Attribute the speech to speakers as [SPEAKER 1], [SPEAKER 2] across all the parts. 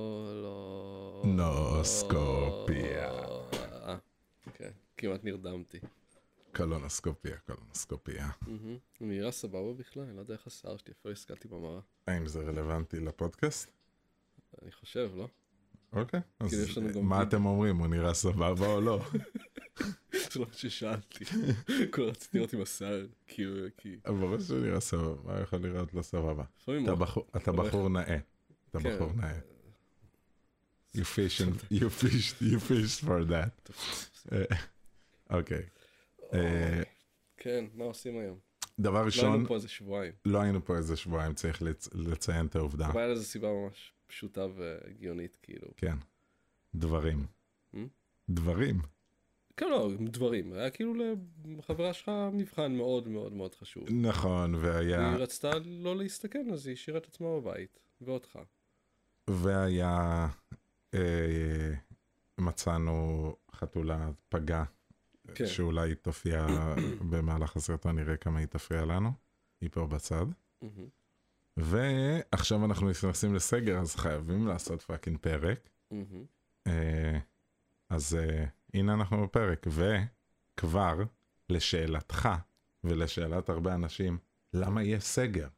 [SPEAKER 1] קולו...
[SPEAKER 2] נוסקופיה.
[SPEAKER 1] אה, אוקיי, כמעט נרדמתי.
[SPEAKER 2] קולונוסקופיה, קולונוסקופיה.
[SPEAKER 1] מהמם. היא נראה סבבה בכלל, אני לא יודע איך השיער שלי, אפילו הסתכלתי במראה.
[SPEAKER 2] האם זה רלוונטי לפודקאסט?
[SPEAKER 1] אני חושב, לא?
[SPEAKER 2] אוקיי. אז
[SPEAKER 1] כאילו, יש לנו גם-
[SPEAKER 2] מה אתם אומרים, הוא נראה סבבה או לא?
[SPEAKER 1] זה לא מה ששאלתי. כולה רציתי לראות עם השיער, כאילו, כי...
[SPEAKER 2] ברור שהוא נראה סבבה, מה יכול לראות לא סבבה?
[SPEAKER 1] לפעמים
[SPEAKER 2] אתה
[SPEAKER 1] הוא-
[SPEAKER 2] בחור- אתה בחור נאה. אתה
[SPEAKER 1] כן.
[SPEAKER 2] בחור נאה. You fish and- you fished, you fished for that. אה, אוקיי. אה,
[SPEAKER 1] כן, מה עושים היום?
[SPEAKER 2] דבר
[SPEAKER 1] לא
[SPEAKER 2] ראשון,
[SPEAKER 1] היינו פה איזה שבועיים.
[SPEAKER 2] לא היינו פה איזה שבועיים, צריך לצ- לציין את העובדה.
[SPEAKER 1] אבל היה לזה סיבה ממש פשוטה והגיונית, כאילו.
[SPEAKER 2] כן. דברים.
[SPEAKER 1] Hmm?
[SPEAKER 2] דברים.
[SPEAKER 1] כן, לא, דברים. היה כאילו לחברה שלך מבחן מאוד מאוד מאוד חשוב.
[SPEAKER 2] נכון, והיה...
[SPEAKER 1] היא רצתה לא להסתכן, אז היא השאירה את עצמה בבית, ואותך.
[SPEAKER 2] והיה, אה, מצאנו חתולה פגה,
[SPEAKER 1] כן.
[SPEAKER 2] כן. שאולי תופיע במהלך הסרטון, נראה כמה היא תפריע לנו, היא פה בצד.
[SPEAKER 1] מהמם.
[SPEAKER 2] ועכשיו אנחנו נכנסים לסגר, אז חייבים לעשות פאקינג פרק.
[SPEAKER 1] מהמם.
[SPEAKER 2] אה, אז אה, הנה אנחנו בפרק, וכבר לשאלתך ולשאלת הרבה אנשים, למה יש סגר?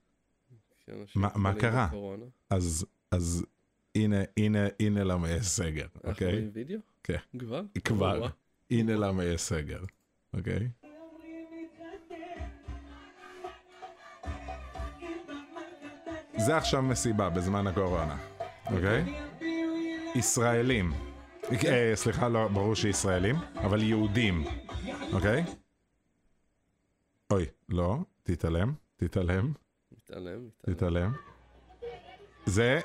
[SPEAKER 1] כי כן, אנשים
[SPEAKER 2] מה- מה
[SPEAKER 1] חולים
[SPEAKER 2] קרה?
[SPEAKER 1] בקורונה.
[SPEAKER 2] אז, אז הנה, הנה, הנה למה יש סגר,
[SPEAKER 1] אנחנו
[SPEAKER 2] אוקיי?
[SPEAKER 1] רואים וידאו?
[SPEAKER 2] כן.
[SPEAKER 1] כבר?
[SPEAKER 2] כבר,
[SPEAKER 1] וואו.
[SPEAKER 2] הנה למה יש סגר, אוקיי? זה עכשיו מסיבה בזמן הקורונה, אוקיי? ישראלים, אה, סליחה, לא, ברור שישראלים, אבל יהודים, אוקיי? אוי, לא, תתעלם, תתעלם,
[SPEAKER 1] מתעלם, מתעלם.
[SPEAKER 2] תתעלם. זה,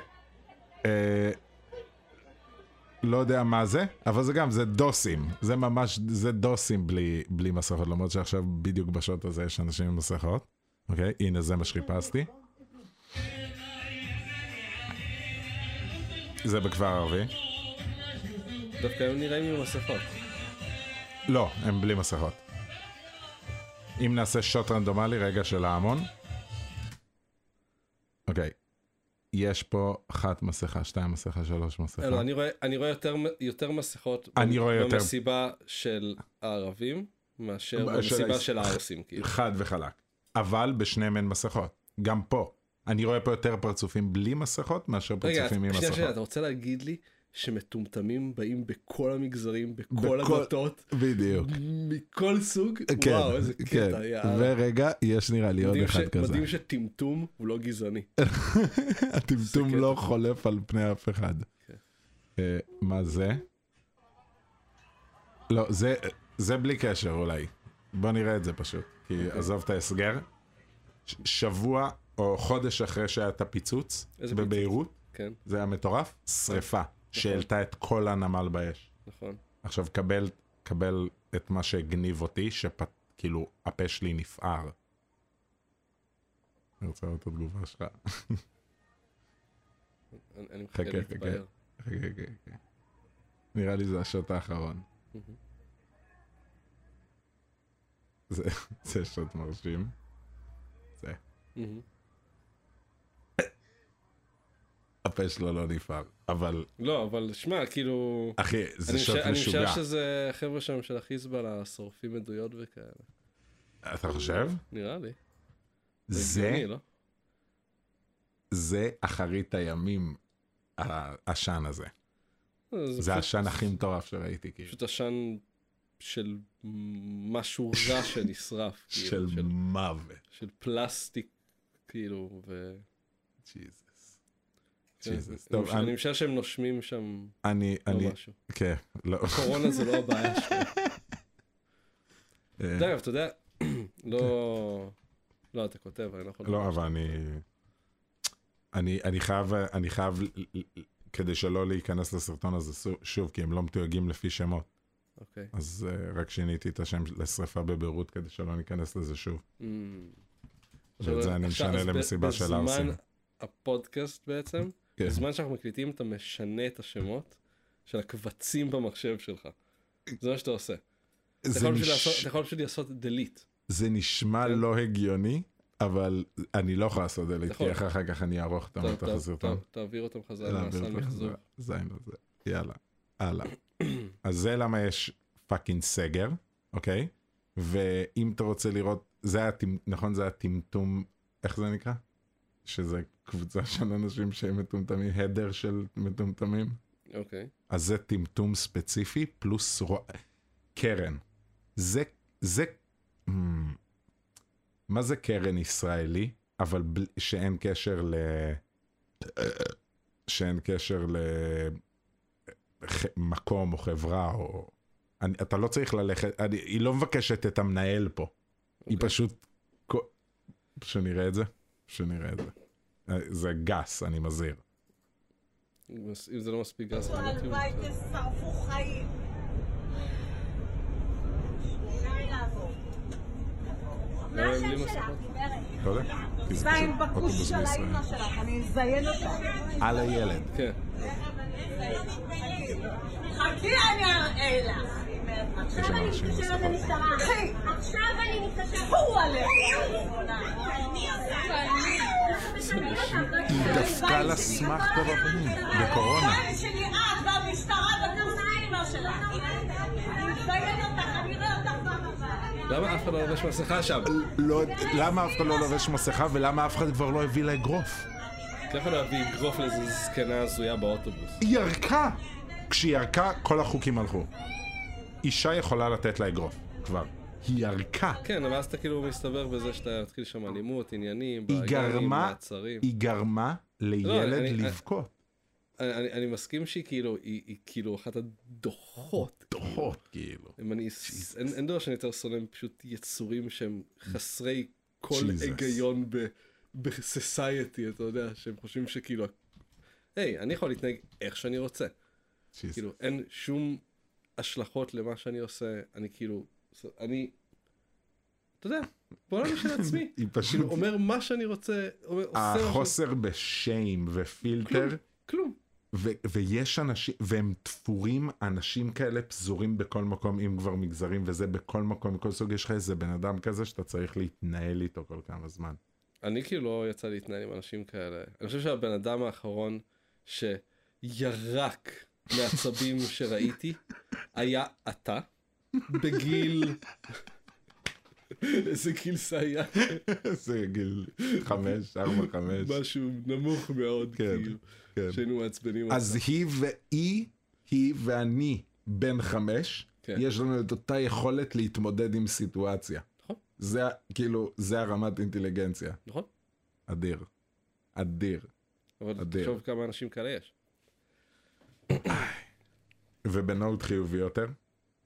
[SPEAKER 2] אה, לא יודע מה זה, אבל זה גם, זה דוסים. זה ממש, זה דוסים בלי, בלי מסכות, למרות שעכשיו בדיוק בשעות הזה יש אנשים עם מסכות. אוקיי, הנה זה מה שחיפשתי. זה בכפר ערבי.
[SPEAKER 1] דווקא הם נראים עם מסכות.
[SPEAKER 2] לא, הם בלי מסכות. אם נעשה שוט רנדומלי, רגע של ההמון. אוקיי. יש פה אחת מסכה, שתיים מסכה, שלוש מסכה.
[SPEAKER 1] לא, אני רואה- אני רואה יותר- יותר מסכות
[SPEAKER 2] נכון. אני רואה יותר.
[SPEAKER 1] במסיבה של הערבים, מאשר
[SPEAKER 2] ב- של
[SPEAKER 1] במסיבה
[SPEAKER 2] היש-
[SPEAKER 1] של הערסים, כאילו.
[SPEAKER 2] חד וחלק. אבל בשניהם אין מסכות. גם פה. אני רואה פה יותר פרצופים בלי מסכות מאשר
[SPEAKER 1] רגע,
[SPEAKER 2] פרצופים עם
[SPEAKER 1] שנייה, שנייה,
[SPEAKER 2] מסכות.
[SPEAKER 1] אתה רוצה להגיד לי שמטומטמים באים בכל המגזרים, בכל
[SPEAKER 2] בכל-
[SPEAKER 1] הדתות,
[SPEAKER 2] בדיוק.
[SPEAKER 1] מכל סוג?
[SPEAKER 2] כן,
[SPEAKER 1] וואו, איזה
[SPEAKER 2] כן.
[SPEAKER 1] קטע, יאללה.
[SPEAKER 2] ורגע, יש נראה לי עוד
[SPEAKER 1] מדהים ש-
[SPEAKER 2] אחד כזה.
[SPEAKER 1] מדהים שטמטום הוא לא גזעני.
[SPEAKER 2] הטמטום
[SPEAKER 1] זה
[SPEAKER 2] לא חולף על פני אף אחד.
[SPEAKER 1] כן.
[SPEAKER 2] אה, מה זה? לא, זה- זה בלי קשר אולי. בוא נראה את זה פשוט. כי
[SPEAKER 1] אוקיי.
[SPEAKER 2] עזוב את ההסגר. ש- שבוע או חודש אחרי שהיה את הפיצוץ
[SPEAKER 1] איזה פיצוץ? נכון.
[SPEAKER 2] בביירות,
[SPEAKER 1] כן,
[SPEAKER 2] זה היה מטורף, שריפה שהעלתה את כל הנמל באש.
[SPEAKER 1] נכון.
[SPEAKER 2] עכשיו קבל, קבל את מה שהגניב אותי, שכאילו הפה שלי נפער. אני רוצה לראות את התגובה שלך.
[SPEAKER 1] אני אני מחכה
[SPEAKER 2] חכה, חכה.
[SPEAKER 1] להתבהר.
[SPEAKER 2] רגע, רגע, רגע. כן, נראה לי זה השוט האחרון.
[SPEAKER 1] מהמם.
[SPEAKER 2] זה, זה שוט מרשים. זה.
[SPEAKER 1] מהמם.
[SPEAKER 2] הפה שלו לא נפער. אבל,
[SPEAKER 1] לא, אבל שמע, כאילו...
[SPEAKER 2] אחי,
[SPEAKER 1] אני
[SPEAKER 2] זה
[SPEAKER 1] משער-
[SPEAKER 2] שוט
[SPEAKER 1] אני משער
[SPEAKER 2] משוגע.
[SPEAKER 1] שזה חבר'ה שם של החיזבאללה, שורפים עדויות וכאלה.
[SPEAKER 2] אתה חושב?
[SPEAKER 1] נראה לי.
[SPEAKER 2] זה,
[SPEAKER 1] הגיוני, לא?
[SPEAKER 2] זה אחרית הימים, ה- העשן הזה. זה
[SPEAKER 1] אה, פשוט-
[SPEAKER 2] העשן הכי מטורף שראיתי, כאילו.
[SPEAKER 1] פשוט עשן של משהו רע שנשרף. כאילו,
[SPEAKER 2] של מוות.
[SPEAKER 1] של פלסטיק, כאילו, ו...
[SPEAKER 2] ג'יזוס.
[SPEAKER 1] כן,
[SPEAKER 2] ג'יזוס.
[SPEAKER 1] אני
[SPEAKER 2] טוב,
[SPEAKER 1] מש- אני
[SPEAKER 2] אני,
[SPEAKER 1] משער שהם נושמים שם
[SPEAKER 2] אני,
[SPEAKER 1] לא
[SPEAKER 2] אני,
[SPEAKER 1] משהו.
[SPEAKER 2] כן, לא.
[SPEAKER 1] קורונה זה לא הבעיה שלהם.
[SPEAKER 2] אה,
[SPEAKER 1] דרך אגב, אתה יודע, לא... לא, אתה כותב, אני לא יכול...
[SPEAKER 2] לא, אבל אני... אני, אני חייב, אני חייב, ל- ל- כדי שלא להיכנס לסרטון הזה סו- שוב, כי הם לא מתויגים לפי שמות.
[SPEAKER 1] אוקיי.
[SPEAKER 2] אז אה, רק שיניתי את השם לשרפה בביירות כדי שלא ניכנס לזה שוב.
[SPEAKER 1] אמ,
[SPEAKER 2] ואת זה אני
[SPEAKER 1] עכשיו,
[SPEAKER 2] משנה
[SPEAKER 1] אז ב-
[SPEAKER 2] למסיבה של
[SPEAKER 1] בזמן
[SPEAKER 2] ארסים.
[SPEAKER 1] הפודקאסט בעצם,
[SPEAKER 2] כן.
[SPEAKER 1] בזמן שאנחנו מקליטים אתה משנה את השמות של הקבצים במחשב שלך. זה מה שאתה עושה. אתה
[SPEAKER 2] זה
[SPEAKER 1] יכול פשוט
[SPEAKER 2] נש- כן.
[SPEAKER 1] לעשות- אתה יכול פשוט לעשות delete.
[SPEAKER 2] זה נשמע לא הגיוני, אבל אני לא יכול לעשות דלית,
[SPEAKER 1] נכון.
[SPEAKER 2] כי אחר אחר כך אני אערוך אותם
[SPEAKER 1] טוב,
[SPEAKER 2] לתוך
[SPEAKER 1] טוב,
[SPEAKER 2] הסרטון.
[SPEAKER 1] טוב, תעביר אותם חזרה
[SPEAKER 2] להעביר
[SPEAKER 1] למסע
[SPEAKER 2] אותם
[SPEAKER 1] מחזור.
[SPEAKER 2] חזרה. זין הזה. יאללה, הלאה. אז זה למה יש פאקינג סגר, אוקיי? ואם אתה רוצה לראות, זה היה, טמ- נכון? זה היה טמטום, איך זה נקרא? שזה קבוצה של אנשים שהם מטומטמים, הדר של מטומטמים?
[SPEAKER 1] אוקיי.
[SPEAKER 2] אז זה טמטום ספציפי פלוס רוע... קרן. זה, זה, Hmm. מה זה קרן ישראלי, אבל בל... שאין קשר ל... שאין קשר למקום או חברה או... אני, אתה לא צריך ללכת, אני, היא לא מבקשת את המנהל פה, היא
[SPEAKER 1] אוקיי.
[SPEAKER 2] פשוט... כו- שנראה את זה? שנראה את זה. אה, זה גס, אני מזהיר.
[SPEAKER 1] אם מס- אם זה לא מספיק גס,
[SPEAKER 3] על
[SPEAKER 1] אני
[SPEAKER 3] הבית,
[SPEAKER 1] מתאים.
[SPEAKER 3] שרפו חיים. מה
[SPEAKER 1] למה הם בלי
[SPEAKER 3] השם שלך,
[SPEAKER 1] מסכות?
[SPEAKER 3] גברת?
[SPEAKER 2] אתה יודע? כי זה
[SPEAKER 3] זין
[SPEAKER 2] פשוט
[SPEAKER 3] בכוש
[SPEAKER 2] אוטובוס
[SPEAKER 3] של
[SPEAKER 2] בישראל.
[SPEAKER 3] האימא שלך, אני אזיין אותה.
[SPEAKER 2] על הילד.
[SPEAKER 1] כן.
[SPEAKER 3] חכי, אני אראה לך.
[SPEAKER 2] יש שם אנשים
[SPEAKER 3] מתקשרת
[SPEAKER 2] בסופו.
[SPEAKER 3] למשטרה. אחי, עכשיו אני מתקשרת. פו עליך. אני
[SPEAKER 2] היא דפקה לה סמכתה בפנים, בקורונה.
[SPEAKER 3] הבן שלי את והמשטרה בקורס אימא שלך. אני אזיין אותך, אני אראה אותך במחר.
[SPEAKER 1] למה אף אחד לא לובש מסכה שם?
[SPEAKER 2] לא, למה אף אחד לא לובש מסכה ולמה אף אחד כבר לא הביא לה אגרוף?
[SPEAKER 1] אתה יכול להביא אגרוף לאיזו זקנה הזויה באוטובוס.
[SPEAKER 2] היא ירקה! כשהיא ירקה, כל החוקים הלכו. אישה יכולה לתת לה אגרוף, כבר. היא ירקה.
[SPEAKER 1] כן, אבל אז אתה כאילו מסתבר בזה שאתה מתחיל שם אלימות, עניינים,
[SPEAKER 2] היא
[SPEAKER 1] בלאגנים,
[SPEAKER 2] גרמה,
[SPEAKER 1] מעצרים.
[SPEAKER 2] היא גרמה
[SPEAKER 1] לא, אני-
[SPEAKER 2] לילד
[SPEAKER 1] אני-
[SPEAKER 2] לבכות.
[SPEAKER 1] אני- אני אני מסכים שהיא כאילו, היא היא כאילו אחת הדוחות.
[SPEAKER 2] דוחות, כאילו.
[SPEAKER 1] אם אני- אין אין דבר שאני יותר שונא, הם פשוט יצורים שהם חסרי כל
[SPEAKER 2] Jesus.
[SPEAKER 1] היגיון בסוסייטי, אתה יודע, שהם חושבים שכאילו, היי, אני יכול להתנהג איך שאני רוצה.
[SPEAKER 2] Jesus.
[SPEAKER 1] כאילו, אין שום השלכות למה שאני עושה, אני כאילו, אני, אתה יודע, בעולם של עצמי.
[SPEAKER 2] היא פשוט...
[SPEAKER 1] כאילו, אומר מה שאני רוצה, אומר, עושה מה שאני רוצה,
[SPEAKER 2] החוסר בשיים ופילטר,
[SPEAKER 1] כלום.
[SPEAKER 2] ו- ויש אנשים, והם תפורים, אנשים כאלה פזורים בכל מקום, אם כבר מגזרים וזה, בכל מקום, מכל סוג, יש לך איזה בן אדם כזה שאתה צריך להתנהל איתו כל כמה זמן.
[SPEAKER 1] אני כאילו לא יצא לי להתנהל עם אנשים כאלה. אני חושב שהבן אדם האחרון שירק מעצבים שראיתי, היה אתה, בגיל... איזה גיל זה היה?
[SPEAKER 2] זה גיל חמש, ארבע, חמש.
[SPEAKER 1] משהו נמוך מאוד,
[SPEAKER 2] כן,
[SPEAKER 1] כאילו,
[SPEAKER 2] כן.
[SPEAKER 1] שהיינו מעצבנים.
[SPEAKER 2] אז היא והיא, היא ואני בן חמש,
[SPEAKER 1] כן.
[SPEAKER 2] יש לנו את אותה יכולת להתמודד עם סיטואציה.
[SPEAKER 1] נכון.
[SPEAKER 2] זה ה- כאילו, זה הרמת אינטליגנציה.
[SPEAKER 1] נכון?
[SPEAKER 2] אדיר. אדיר.
[SPEAKER 1] אבל
[SPEAKER 2] אדיר.
[SPEAKER 1] תחשוב כמה אנשים כאלה יש.
[SPEAKER 2] ובנוט חיובי יותר,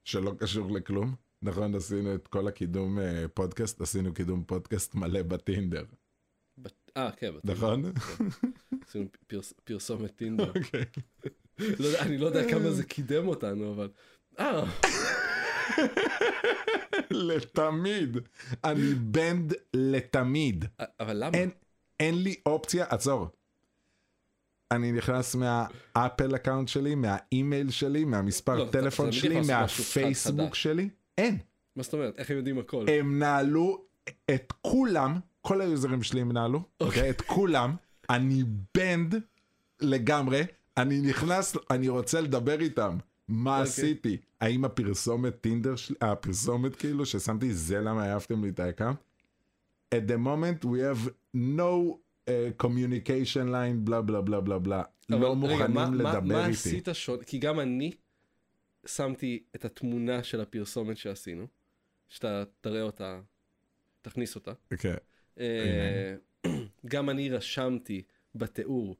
[SPEAKER 2] שלא קשור לכלום. נכון, עשינו את כל הקידום אה, פודקאסט, עשינו קידום פודקאסט מלא בטינדר,
[SPEAKER 1] בת- אה, כן, בטוח.
[SPEAKER 2] נכון?
[SPEAKER 1] עשינו פרס- פרסומת טינדר.
[SPEAKER 2] אוקיי.
[SPEAKER 1] לא יודע- אני לא יודע כמה זה קידם אותנו, אבל... אה,
[SPEAKER 2] לתמיד. אני בנד לתמיד.
[SPEAKER 1] אבל למה?
[SPEAKER 2] אין, אין לי אופציה, עצור. אני נכנס מהאפל אקאונט שלי, מהאימייל שלי, מהמספר
[SPEAKER 1] לא, אתה-
[SPEAKER 2] טלפון
[SPEAKER 1] אתה
[SPEAKER 2] שלי,
[SPEAKER 1] תמיד יכול לעשות משהו חד
[SPEAKER 2] מהפייסבוק
[SPEAKER 1] חדש.
[SPEAKER 2] שלי. אין.
[SPEAKER 1] מה זאת אומרת? איך הם יודעים הכל?
[SPEAKER 2] הם נעלו את כולם, כל היוזרים שלי הם נעלו, אוקיי? את כולם. אני בנד לגמרי, אני נכנס, אני רוצה לדבר איתם. מה
[SPEAKER 1] אוקיי.
[SPEAKER 2] עשיתי? האם הפרסומת טינדר שלי, הפרסומת כאילו ששמתי, זה למה העפתם לי את האקאונט? At the moment we have no uh, communication line, בלה בלה בלה בלה בלה.
[SPEAKER 1] אבל
[SPEAKER 2] לא
[SPEAKER 1] רגע,
[SPEAKER 2] מוכנים
[SPEAKER 1] מה- מה-
[SPEAKER 2] לדבר
[SPEAKER 1] מה
[SPEAKER 2] איתי.
[SPEAKER 1] עשית שונה? כי גם אני שמתי את התמונה של הפרסומת שעשינו, שאתה תראה אותה, תכניס אותה.
[SPEAKER 2] כן.
[SPEAKER 1] אה, גם אני רשמתי בתיאור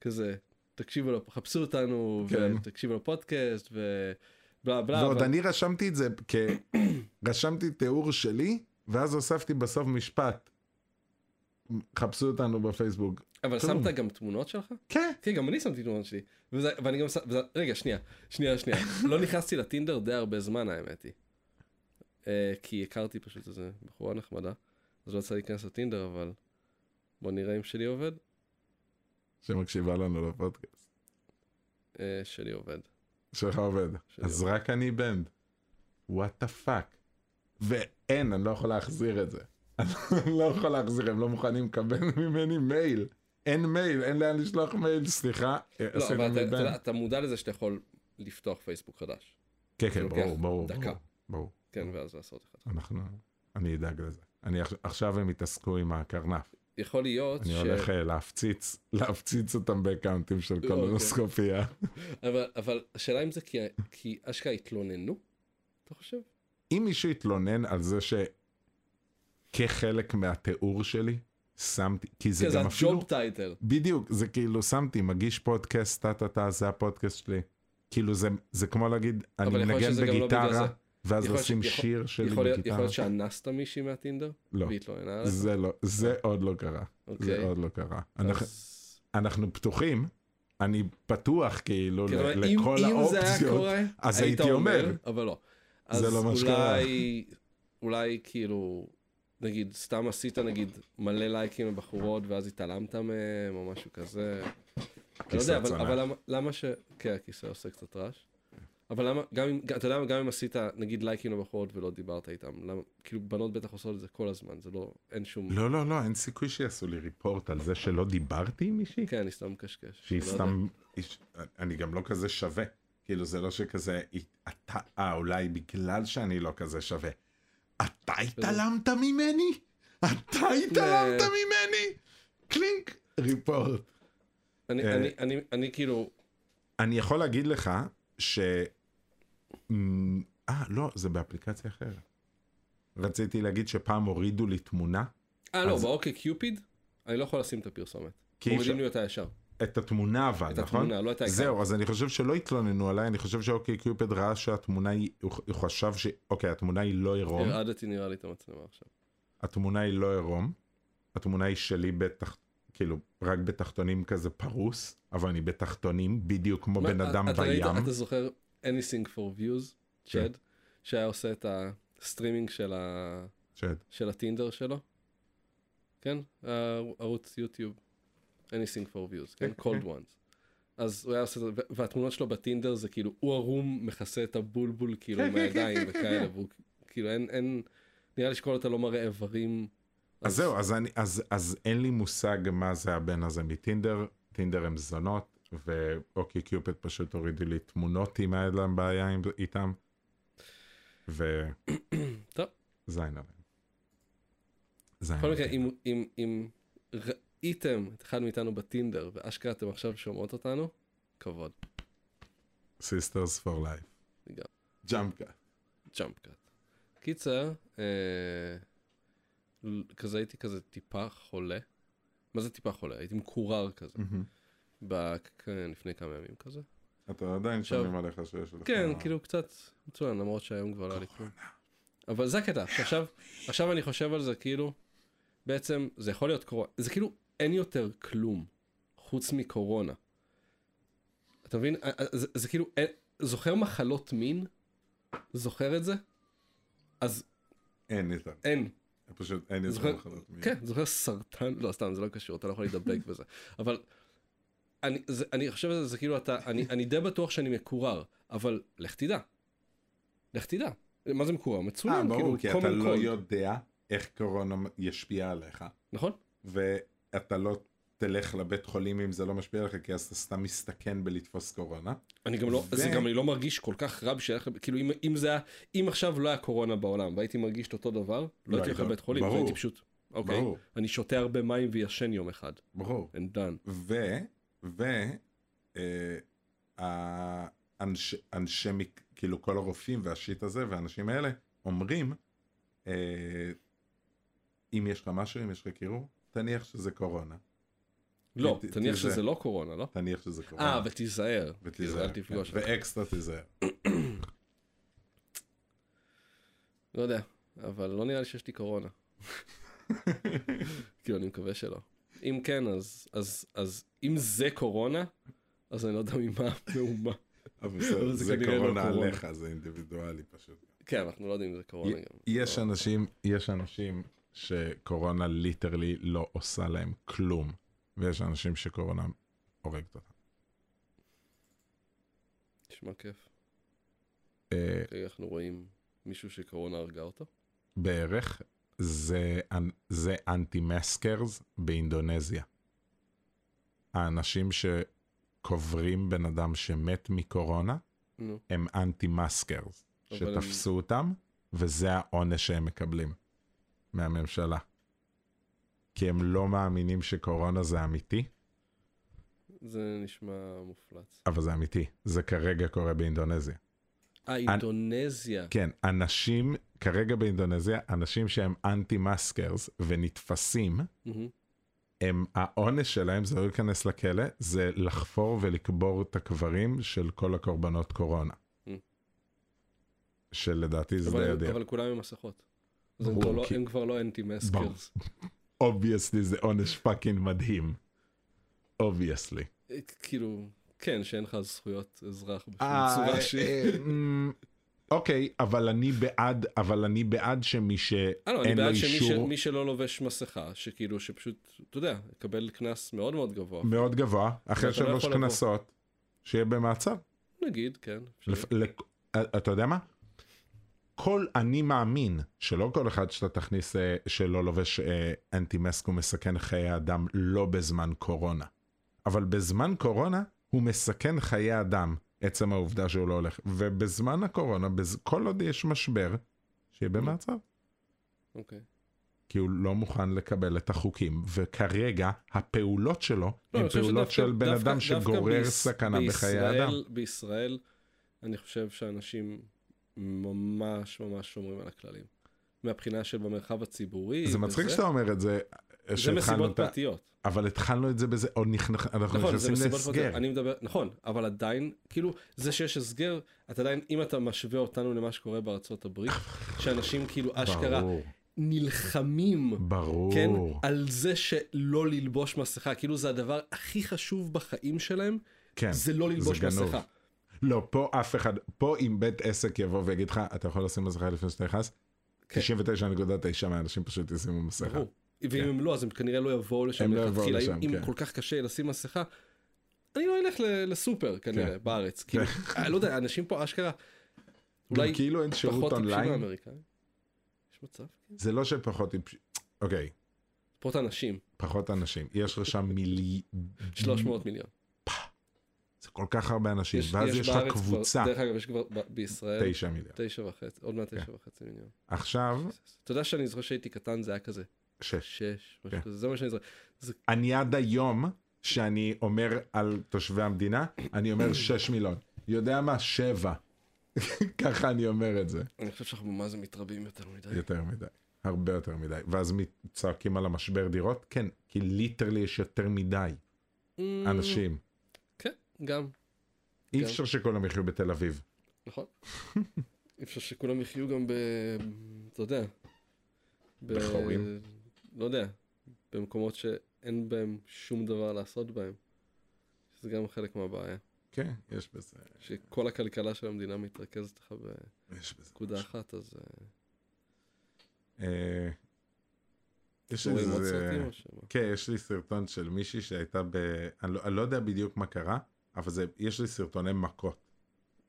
[SPEAKER 1] כזה, תקשיבו, לו- חפשו אותנו,
[SPEAKER 2] כן.
[SPEAKER 1] ותקשיבו לפודקאסט, ובלה בלה.
[SPEAKER 2] ועוד
[SPEAKER 1] לא, אבל-
[SPEAKER 2] אני רשמתי את זה כ... רשמתי תיאור שלי, ואז הוספתי בסוף משפט. חפשו אותנו בפייסבוק.
[SPEAKER 1] אבל
[SPEAKER 2] כלום.
[SPEAKER 1] שמת גם תמונות שלך?
[SPEAKER 2] כן.
[SPEAKER 1] כן, גם אני שמתי תמונות שלי. וזה, ואני גם שם... וזה, רגע, שנייה. שנייה, שנייה. לא נכנסתי לטינדר די הרבה זמן, האמת היא. Uh, כי הכרתי פשוט איזה בחורה נחמדה. אז לא יצא לי להיכנס לטינדר, אבל... בוא נראה אם שלי עובד.
[SPEAKER 2] שמקשיבה לנו לפודקאסט.
[SPEAKER 1] Uh, שלי עובד.
[SPEAKER 2] שלך עובד.
[SPEAKER 1] שלי
[SPEAKER 2] אז רק אני בנד. וואט דה פאק. ואין, אני לא יכול להחזיר את זה. אני לא יכול להחזיר, הם לא מוכנים לקבל ממני מייל. אין מייל, אין לאן לשלוח מייל, סליחה. אה,
[SPEAKER 1] לא, אבל
[SPEAKER 2] עשינו
[SPEAKER 1] אתה- אתה
[SPEAKER 2] מבין.
[SPEAKER 1] יודע, אתה מודע לזה שאתה יכול לפתוח פייסבוק חדש.
[SPEAKER 2] כן, כן,
[SPEAKER 1] לוקח
[SPEAKER 2] ברור, ברור.
[SPEAKER 1] דקה.
[SPEAKER 2] ברור, ברור.
[SPEAKER 1] כן, ואז לעשות אחד.
[SPEAKER 2] אנחנו, אני אדאג לזה. אני עכש- עכשיו הם יתעסקו עם הקרנף.
[SPEAKER 1] יכול להיות
[SPEAKER 2] אני
[SPEAKER 1] ש...
[SPEAKER 2] הולך אה, להפציץ, להפציץ אותם באקאונטים של
[SPEAKER 1] אוקיי.
[SPEAKER 2] קולונוסקופיה.
[SPEAKER 1] אבל- אבל השאלה אם זה כי- כי אשכרה התלוננו, אתה חושב?
[SPEAKER 2] אם מישהו יתלונן על זה שכחלק מהתיאור שלי, שמתי, כי זה
[SPEAKER 1] כן, זה
[SPEAKER 2] גם אפילו...
[SPEAKER 1] הג'וב טייטל.
[SPEAKER 2] בדיוק, זה כאילו שמתי, מגיש פודקאסט, טה טה טה, זה הפודקאסט שלי. כאילו זה, זה כמו להגיד, אני
[SPEAKER 1] יכול להיות
[SPEAKER 2] מנגן
[SPEAKER 1] שזה גם לא בגלל
[SPEAKER 2] בגיטרה,
[SPEAKER 1] זה.
[SPEAKER 2] ואז
[SPEAKER 1] יכול להיות
[SPEAKER 2] לשים
[SPEAKER 1] ש- יכול-
[SPEAKER 2] שיר שלי
[SPEAKER 1] יכול להיות- יכול
[SPEAKER 2] בגיטרה.
[SPEAKER 1] להיות שאנסת מישהי מהטינדר?
[SPEAKER 2] לא,
[SPEAKER 1] והיא התלוננה עליך?
[SPEAKER 2] זה לא, זה עוד לא קרה.
[SPEAKER 1] אה. אוקיי.
[SPEAKER 2] זה עוד לא קרה. אנחנו-
[SPEAKER 1] אז-
[SPEAKER 2] אנחנו פתוחים, אני פתוח כאילו ל-
[SPEAKER 1] כן, אבל אם-
[SPEAKER 2] לכל
[SPEAKER 1] אם זה היה
[SPEAKER 2] האופציות.
[SPEAKER 1] קורה,
[SPEAKER 2] אז
[SPEAKER 1] היית
[SPEAKER 2] הייתי
[SPEAKER 1] אומר,
[SPEAKER 2] אומר.
[SPEAKER 1] אבל לא. אז
[SPEAKER 2] זה לא מה שקרה.
[SPEAKER 1] אולי- אולי כאילו, נגיד, סתם עשית נגיד מלא לייקים לבחורות, ואז התעלמת מהם, או משהו כזה. אני לא יודע,
[SPEAKER 2] כיסא
[SPEAKER 1] אבל-
[SPEAKER 2] צונח.
[SPEAKER 1] אבל למה- למה ש... כן, הכיסא עושה קצת רעש. אבל למה, גם אם, אתה יודע מה, גם אם עשית נגיד לייקים לבחורות ולא דיברת איתם, למה, כאילו בנות בטח עושות את זה כל הזמן, זה לא, אין שום,
[SPEAKER 2] לא, לא, לא, אין סיכוי שיעשו לי ריפורט על זה שלא דיברתי עם מישהי.
[SPEAKER 1] כן, אני סתם מקשקש.
[SPEAKER 2] שהיא
[SPEAKER 1] אני לא יודע.
[SPEAKER 2] סתם, איש- אני גם לא כזה שווה. כאילו זה לא שכזה, היא- אתה, אה, אולי בגלל שאני לא כזה שווה. אתה התעלמת ממני? אתה התעלמת ממני? קלינק, ריפורט.
[SPEAKER 1] אני,
[SPEAKER 2] אה,
[SPEAKER 1] אני, אני, אני כאילו,
[SPEAKER 2] אני יכול להגיד לך ש... מ, אה, לא, זה באפליקציה אחרת. רציתי להגיד שפעם הורידו לי תמונה,
[SPEAKER 1] אה לא,
[SPEAKER 2] אז-
[SPEAKER 1] באוקיי קיופיד, אני לא יכול לשים את הפרסומת.
[SPEAKER 2] כי אי
[SPEAKER 1] מורידים
[SPEAKER 2] אפשר-
[SPEAKER 1] לי אותה ישר.
[SPEAKER 2] את התמונה אבל,
[SPEAKER 1] את
[SPEAKER 2] נכון?
[SPEAKER 1] התמונה, לא את האקאונט.
[SPEAKER 2] זהו, אז אני חושב שלא התלוננו עליי, אני חושב שאוקיי קיופיד ראה שהתמונה היא, הוא הוא חשב ש... אוקיי, התמונה היא לא עירום,
[SPEAKER 1] הרעדתי נראה לי את המצלמה עכשיו.
[SPEAKER 2] התמונה היא לא עירום, התמונה היא שלי בתח... כאילו, רק בתחתונים כזה פרוס, אבל אני בתחתונים בדיוק כמו בן
[SPEAKER 1] מה, אה,
[SPEAKER 2] אדם
[SPEAKER 1] אתה ראית-
[SPEAKER 2] בים.
[SPEAKER 1] אתה זוכר anything for views,
[SPEAKER 2] כן.
[SPEAKER 1] צ'ד, שהיה עושה את הסטרימינג של ה-
[SPEAKER 2] שד.
[SPEAKER 1] של הטינדר שלו? כן? ערוץ יוטיוב. anything for views, כן?
[SPEAKER 2] כן,
[SPEAKER 1] cold ones. אז הוא היה עושה את זה, ו- והתמונות שלו בטינדר זה כאילו, הוא ערום מכסה את הבולבול כאילו
[SPEAKER 2] כן, כן,
[SPEAKER 1] מהידיים
[SPEAKER 2] כן, כן, כן,
[SPEAKER 1] וכאלה,
[SPEAKER 2] כן.
[SPEAKER 1] והוא כאילו אין, אין, נראה לי שכל עוד אתה לא מראה איברים.
[SPEAKER 2] אז זהו, אז, אני, אז, אז אין לי מושג מה זה הבן הזה מטינדר, טינדר הם זונות, ואוקיי קיופיד פשוט הורידו לי תמונות אם היה להם בעיה עם- איתם, וזין
[SPEAKER 1] טוב.
[SPEAKER 2] עליהם. זין
[SPEAKER 1] בכל
[SPEAKER 2] עליהם.
[SPEAKER 1] מקרה, אם, אם, אם ראיתם את אחד מאיתנו בטינדר, ואשכרה אתם עכשיו שומעות אותנו, כבוד,
[SPEAKER 2] Sisters for life.
[SPEAKER 1] לגמרי.
[SPEAKER 2] ג'אמפקה.
[SPEAKER 1] ג'אמפ קאט. קיצר, אה, ל- כזה הייתי כזה טיפה חולה. מה זה טיפה חולה? הייתי מקורר כזה, בק- כן, לפני כמה ימים כזה.
[SPEAKER 2] אתה עדיין
[SPEAKER 1] עכשיו-
[SPEAKER 2] שומעים עליך שיש לך...
[SPEAKER 1] כן, כאילו קצת מצוין, למרות שהיום כבר לא היה לי כלום. אבל זה הקטע, עכשיו, עכשיו אני חושב על זה כאילו, בעצם זה יכול להיות קורונה, זה כאילו אין יותר כלום חוץ מקורונה. אתה מבין? אה, אה, זה, זה כאילו, אין, זוכר מחלות מין? זוכר את זה? אז
[SPEAKER 2] אין יותר.
[SPEAKER 1] אין,
[SPEAKER 2] פשוט אין
[SPEAKER 1] זוכר-
[SPEAKER 2] יותר מחלות מין.
[SPEAKER 1] כן, זוכר סרטן, לא סתם, זה לא קשור, אתה לא יכול להידבק בזה. אבל אני, זה, אני חושב שזה זה כאילו אתה, אני, אני די בטוח שאני מקורר, אבל לך תדע. לך תדע. מה זה מקורר?
[SPEAKER 2] אה,
[SPEAKER 1] מצולם,
[SPEAKER 2] ברור,
[SPEAKER 1] כאילו,
[SPEAKER 2] כי אתה
[SPEAKER 1] common
[SPEAKER 2] לא
[SPEAKER 1] cold,
[SPEAKER 2] יודע איך קורונה ישפיע עליך.
[SPEAKER 1] נכון?
[SPEAKER 2] ואתה לא תלך לבית חולים אם זה לא משפיע עליך, כי אז אתה סתם מסתכן בלתפוס קורונה.
[SPEAKER 1] אני גם לא,
[SPEAKER 2] ו-
[SPEAKER 1] זה גם אני לא מרגיש כל כך רע בשביל ללכת, כאילו אם, אם זה היה, אם עכשיו לא היה קורונה בעולם והייתי מרגיש את אותו דבר, לא הייתי
[SPEAKER 2] היית-
[SPEAKER 1] הולך לבית חולים,
[SPEAKER 2] ברור.
[SPEAKER 1] הייתי פשוט, אוקיי,
[SPEAKER 2] ברור,
[SPEAKER 1] אני שותה הרבה מים וישן יום אחד,
[SPEAKER 2] ברור.
[SPEAKER 1] and done.
[SPEAKER 2] ו... ו... אה, האנש, אנשי, מק- כאילו כל הרופאים והשיט הזה והאנשים האלה אומרים, אה, אם יש לך משהו, אם יש לך קירור, תניח שזה קורונה.
[SPEAKER 1] לא,
[SPEAKER 2] ת-
[SPEAKER 1] תניח
[SPEAKER 2] תיזהר.
[SPEAKER 1] שזה לא קורונה, לא?
[SPEAKER 2] תניח שזה קורונה.
[SPEAKER 1] אה, ותיזהר.
[SPEAKER 2] ותיזהר.
[SPEAKER 1] אל תפגוש.
[SPEAKER 2] כן, ואקסטרה תיזהר.
[SPEAKER 1] לא יודע, אבל לא נראה לי שיש לי קורונה. כאילו, אני מקווה שלא. אם כן, אז, אז, אז אם זה קורונה, אז אני לא יודע ממה המהומה.
[SPEAKER 2] אבל בסדר,
[SPEAKER 1] זה
[SPEAKER 2] זה
[SPEAKER 1] כנראה לא
[SPEAKER 2] קורונה
[SPEAKER 1] קורונה.
[SPEAKER 2] עליך, זה אינדיבידואלי פשוט.
[SPEAKER 1] כן, אנחנו לא יודעים אם זה קורונה גם.
[SPEAKER 2] יש
[SPEAKER 1] לא.
[SPEAKER 2] אנשים, יש אנשים שקורונה ליטרלי לא עושה להם כלום, ויש אנשים שקורונה הורגת אותם.
[SPEAKER 1] נשמע כיף.
[SPEAKER 2] אה,
[SPEAKER 1] כרגע אנחנו רואים מישהו שקורונה הרגה אותו.
[SPEAKER 2] בערך, זה, אנ- זה אנטי מסקרס באינדונזיה. האנשים שקוברים בן אדם שמת מקורונה,
[SPEAKER 1] נו.
[SPEAKER 2] הם אנטי מסקרס,
[SPEAKER 1] אבל
[SPEAKER 2] שתפסו אותם, וזה העונש שהם מקבלים מהממשלה. כי הם לא מאמינים שקורונה זה אמיתי,
[SPEAKER 1] זה נשמע מופלץ.
[SPEAKER 2] אבל זה אמיתי. זה כרגע קורה באינדונזיה.
[SPEAKER 1] אה, אינדונזיה.
[SPEAKER 2] כן, אנשים, כרגע באינדונזיה, אנשים שהם אנטי מסקרס ונתפסים,
[SPEAKER 1] מהמם.
[SPEAKER 2] הם, העונש שלהם זה לא להיכנס לכלא, זה לחפור ולקבור את הקברים של כל הקורבנות קורונה.
[SPEAKER 1] Mm.
[SPEAKER 2] שלדעתי זה די
[SPEAKER 1] אבל-
[SPEAKER 2] ידיר.
[SPEAKER 1] אבל כולם עם מסכות. אז הם
[SPEAKER 2] ברור,
[SPEAKER 1] כבר לא-
[SPEAKER 2] כי-
[SPEAKER 1] הם כבר לא אנטי
[SPEAKER 2] ברור.
[SPEAKER 1] מסקרס.
[SPEAKER 2] אובייסלי זה עונש פאקינג מדהים. אובייסלי.
[SPEAKER 1] כאילו, כן, שאין לך זכויות
[SPEAKER 2] אה,
[SPEAKER 1] אזרח בשום צורה שהיא.
[SPEAKER 2] אמ, אוקיי, אבל אני בעד, אבל אני בעד שמי
[SPEAKER 1] אה, לא, אני
[SPEAKER 2] שאין לו
[SPEAKER 1] בעד שמי
[SPEAKER 2] אישור
[SPEAKER 1] ש- מי שלא לובש מסכה, שכאילו, שפשוט, אתה יודע, יקבל קנס מאוד מאוד גבוה.
[SPEAKER 2] מאוד גבוה, אחרי
[SPEAKER 1] אתה לא
[SPEAKER 2] שלוש
[SPEAKER 1] יכול לבוא.
[SPEAKER 2] קנסות, שיהיה במעצר.
[SPEAKER 1] נגיד, כן.
[SPEAKER 2] לפ- לכ- אתה יודע מה? כל אני מאמין שלא כל אחד שאתה תכניס אה, שלא לובש אה, אנטי מסק הוא מסכן חיי אדם לא בזמן קורונה. אבל בזמן קורונה הוא מסכן חיי אדם, עצם העובדה שהוא לא הולך. ובזמן הקורונה, בז... כל עוד יש משבר, שיהיה במעצר.
[SPEAKER 1] אוקיי.
[SPEAKER 2] כי הוא לא מוכן לקבל את החוקים, וכרגע הפעולות שלו
[SPEAKER 1] לא,
[SPEAKER 2] הן
[SPEAKER 1] אני חושב
[SPEAKER 2] פעולות
[SPEAKER 1] שדווקא-
[SPEAKER 2] של בן
[SPEAKER 1] דווקא-
[SPEAKER 2] אדם
[SPEAKER 1] דווקא
[SPEAKER 2] שגורר
[SPEAKER 1] ביש-
[SPEAKER 2] סכנה בחיי
[SPEAKER 1] בישראל-
[SPEAKER 2] אדם.
[SPEAKER 1] בישראל, אני חושב שאנשים ממש ממש שומרים על הכללים. מהבחינה של במרחב הציבורי.
[SPEAKER 2] זה מצחיק
[SPEAKER 1] וזה.
[SPEAKER 2] שאתה אומר את זה,
[SPEAKER 1] זה
[SPEAKER 2] שהתחלנו
[SPEAKER 1] מסיבות
[SPEAKER 2] את ה...
[SPEAKER 1] פרטיות.
[SPEAKER 2] אבל התחלנו את זה בזה, עוד נכנס, אנחנו
[SPEAKER 1] נכון, זה
[SPEAKER 2] נכנסים
[SPEAKER 1] מסיבות
[SPEAKER 2] להסגר.
[SPEAKER 1] פרטיות. אני מדבר, נכון, אבל עדיין, כאילו, זה שיש הסגר, אתה עדיין, אם אתה משווה אותנו למה שקורה בארצות הברית, שאנשים כאילו אשכרה
[SPEAKER 2] ברור,
[SPEAKER 1] נלחמים,
[SPEAKER 2] ברור.
[SPEAKER 1] כן, על זה שלא ללבוש מסכה, כאילו זה הדבר הכי חשוב בחיים שלהם,
[SPEAKER 2] כן,
[SPEAKER 1] זה לא ללבוש
[SPEAKER 2] גנוב.
[SPEAKER 1] מסכה.
[SPEAKER 2] לא, פה אף אחד, פה אם בית עסק יבוא ויגיד לך, אתה יכול לשים מסכה לפני שאתה נכנס,
[SPEAKER 1] כן.
[SPEAKER 2] 99.9 מהאנשים פשוט ישימו מסכה.
[SPEAKER 1] ברור. ואם הם לא, אז הם כנראה לא יבואו לשם
[SPEAKER 2] כן. הם לא יבואו
[SPEAKER 1] מלכתחילה. אם-
[SPEAKER 2] לשם,
[SPEAKER 1] אם
[SPEAKER 2] כן.
[SPEAKER 1] כל כך קשה לשים מסכה, אני לא אלך ל- לסופר כנראה,
[SPEAKER 2] כן.
[SPEAKER 1] בארץ. כאילו, אני לא יודע, אנשים פה אשכרה,
[SPEAKER 2] גם
[SPEAKER 1] אולי
[SPEAKER 2] כאילו אין שירות
[SPEAKER 1] פחות טיפשים
[SPEAKER 2] אונליין,
[SPEAKER 1] מהאמריקאים. יש מצב?
[SPEAKER 2] זה לא שפחות טיפשים, אוקיי,
[SPEAKER 1] פחות אנשים,
[SPEAKER 2] פחות אנשים, יש לך שם מילי...
[SPEAKER 1] 300 מיליון.
[SPEAKER 2] זה כל כך הרבה אנשים,
[SPEAKER 1] יש-
[SPEAKER 2] ואז
[SPEAKER 1] יש
[SPEAKER 2] יש לך
[SPEAKER 1] בארץ כבר-
[SPEAKER 2] קבוצה, כן.
[SPEAKER 1] דרך אגב, יש כבר ב- בישראל
[SPEAKER 2] 9 מיליון.
[SPEAKER 1] תשע וחצי, עוד מעט תשע וחצי מיליון.
[SPEAKER 2] עכשיו,
[SPEAKER 1] אתה יודע שאני זוכר שהייתי קטן זה היה כזה
[SPEAKER 2] 6.
[SPEAKER 1] שש, משהו
[SPEAKER 2] כן.
[SPEAKER 1] כזה, זה מה שאני זוכר.
[SPEAKER 2] אני עד היום, שאני אומר על תושבי המדינה, אני אומר 6 מיליון. יודע מה? 7. ככה אני אומר את זה.
[SPEAKER 1] אני חושב שאנחנו מה זה מתרבים יותר מדי.
[SPEAKER 2] יותר מדי. הרבה יותר מדי. ואז מי- צועקים על המשבר דירות? כן, כי ליטרלי יש יותר מדי
[SPEAKER 1] Mm,
[SPEAKER 2] אנשים.
[SPEAKER 1] כן, גם,
[SPEAKER 2] אי
[SPEAKER 1] כן.
[SPEAKER 2] אפשר שכולם יחיו בתל אביב.
[SPEAKER 1] נכון. אי אפשר שכולם יחיו גם ב... אתה יודע. ב-
[SPEAKER 2] בחורים?
[SPEAKER 1] לא יודע. במקומות שאין בהם שום דבר לעשות בהם. שזה גם חלק מהבעיה.
[SPEAKER 2] כן, יש בזה.
[SPEAKER 1] שכל הכלכלה של המדינה מתרכזת לך
[SPEAKER 2] יש בזה.
[SPEAKER 1] בנקודה אחת, אז... אה,
[SPEAKER 2] אה, יש
[SPEAKER 1] רואים עוד
[SPEAKER 2] איזה...
[SPEAKER 1] סרטים או שמה?
[SPEAKER 2] כן, יש לי סרטון של מישהי שהייתה ב... אני לא, אני לא יודע בדיוק מה קרה, אבל זה, יש לי סרטוני מכות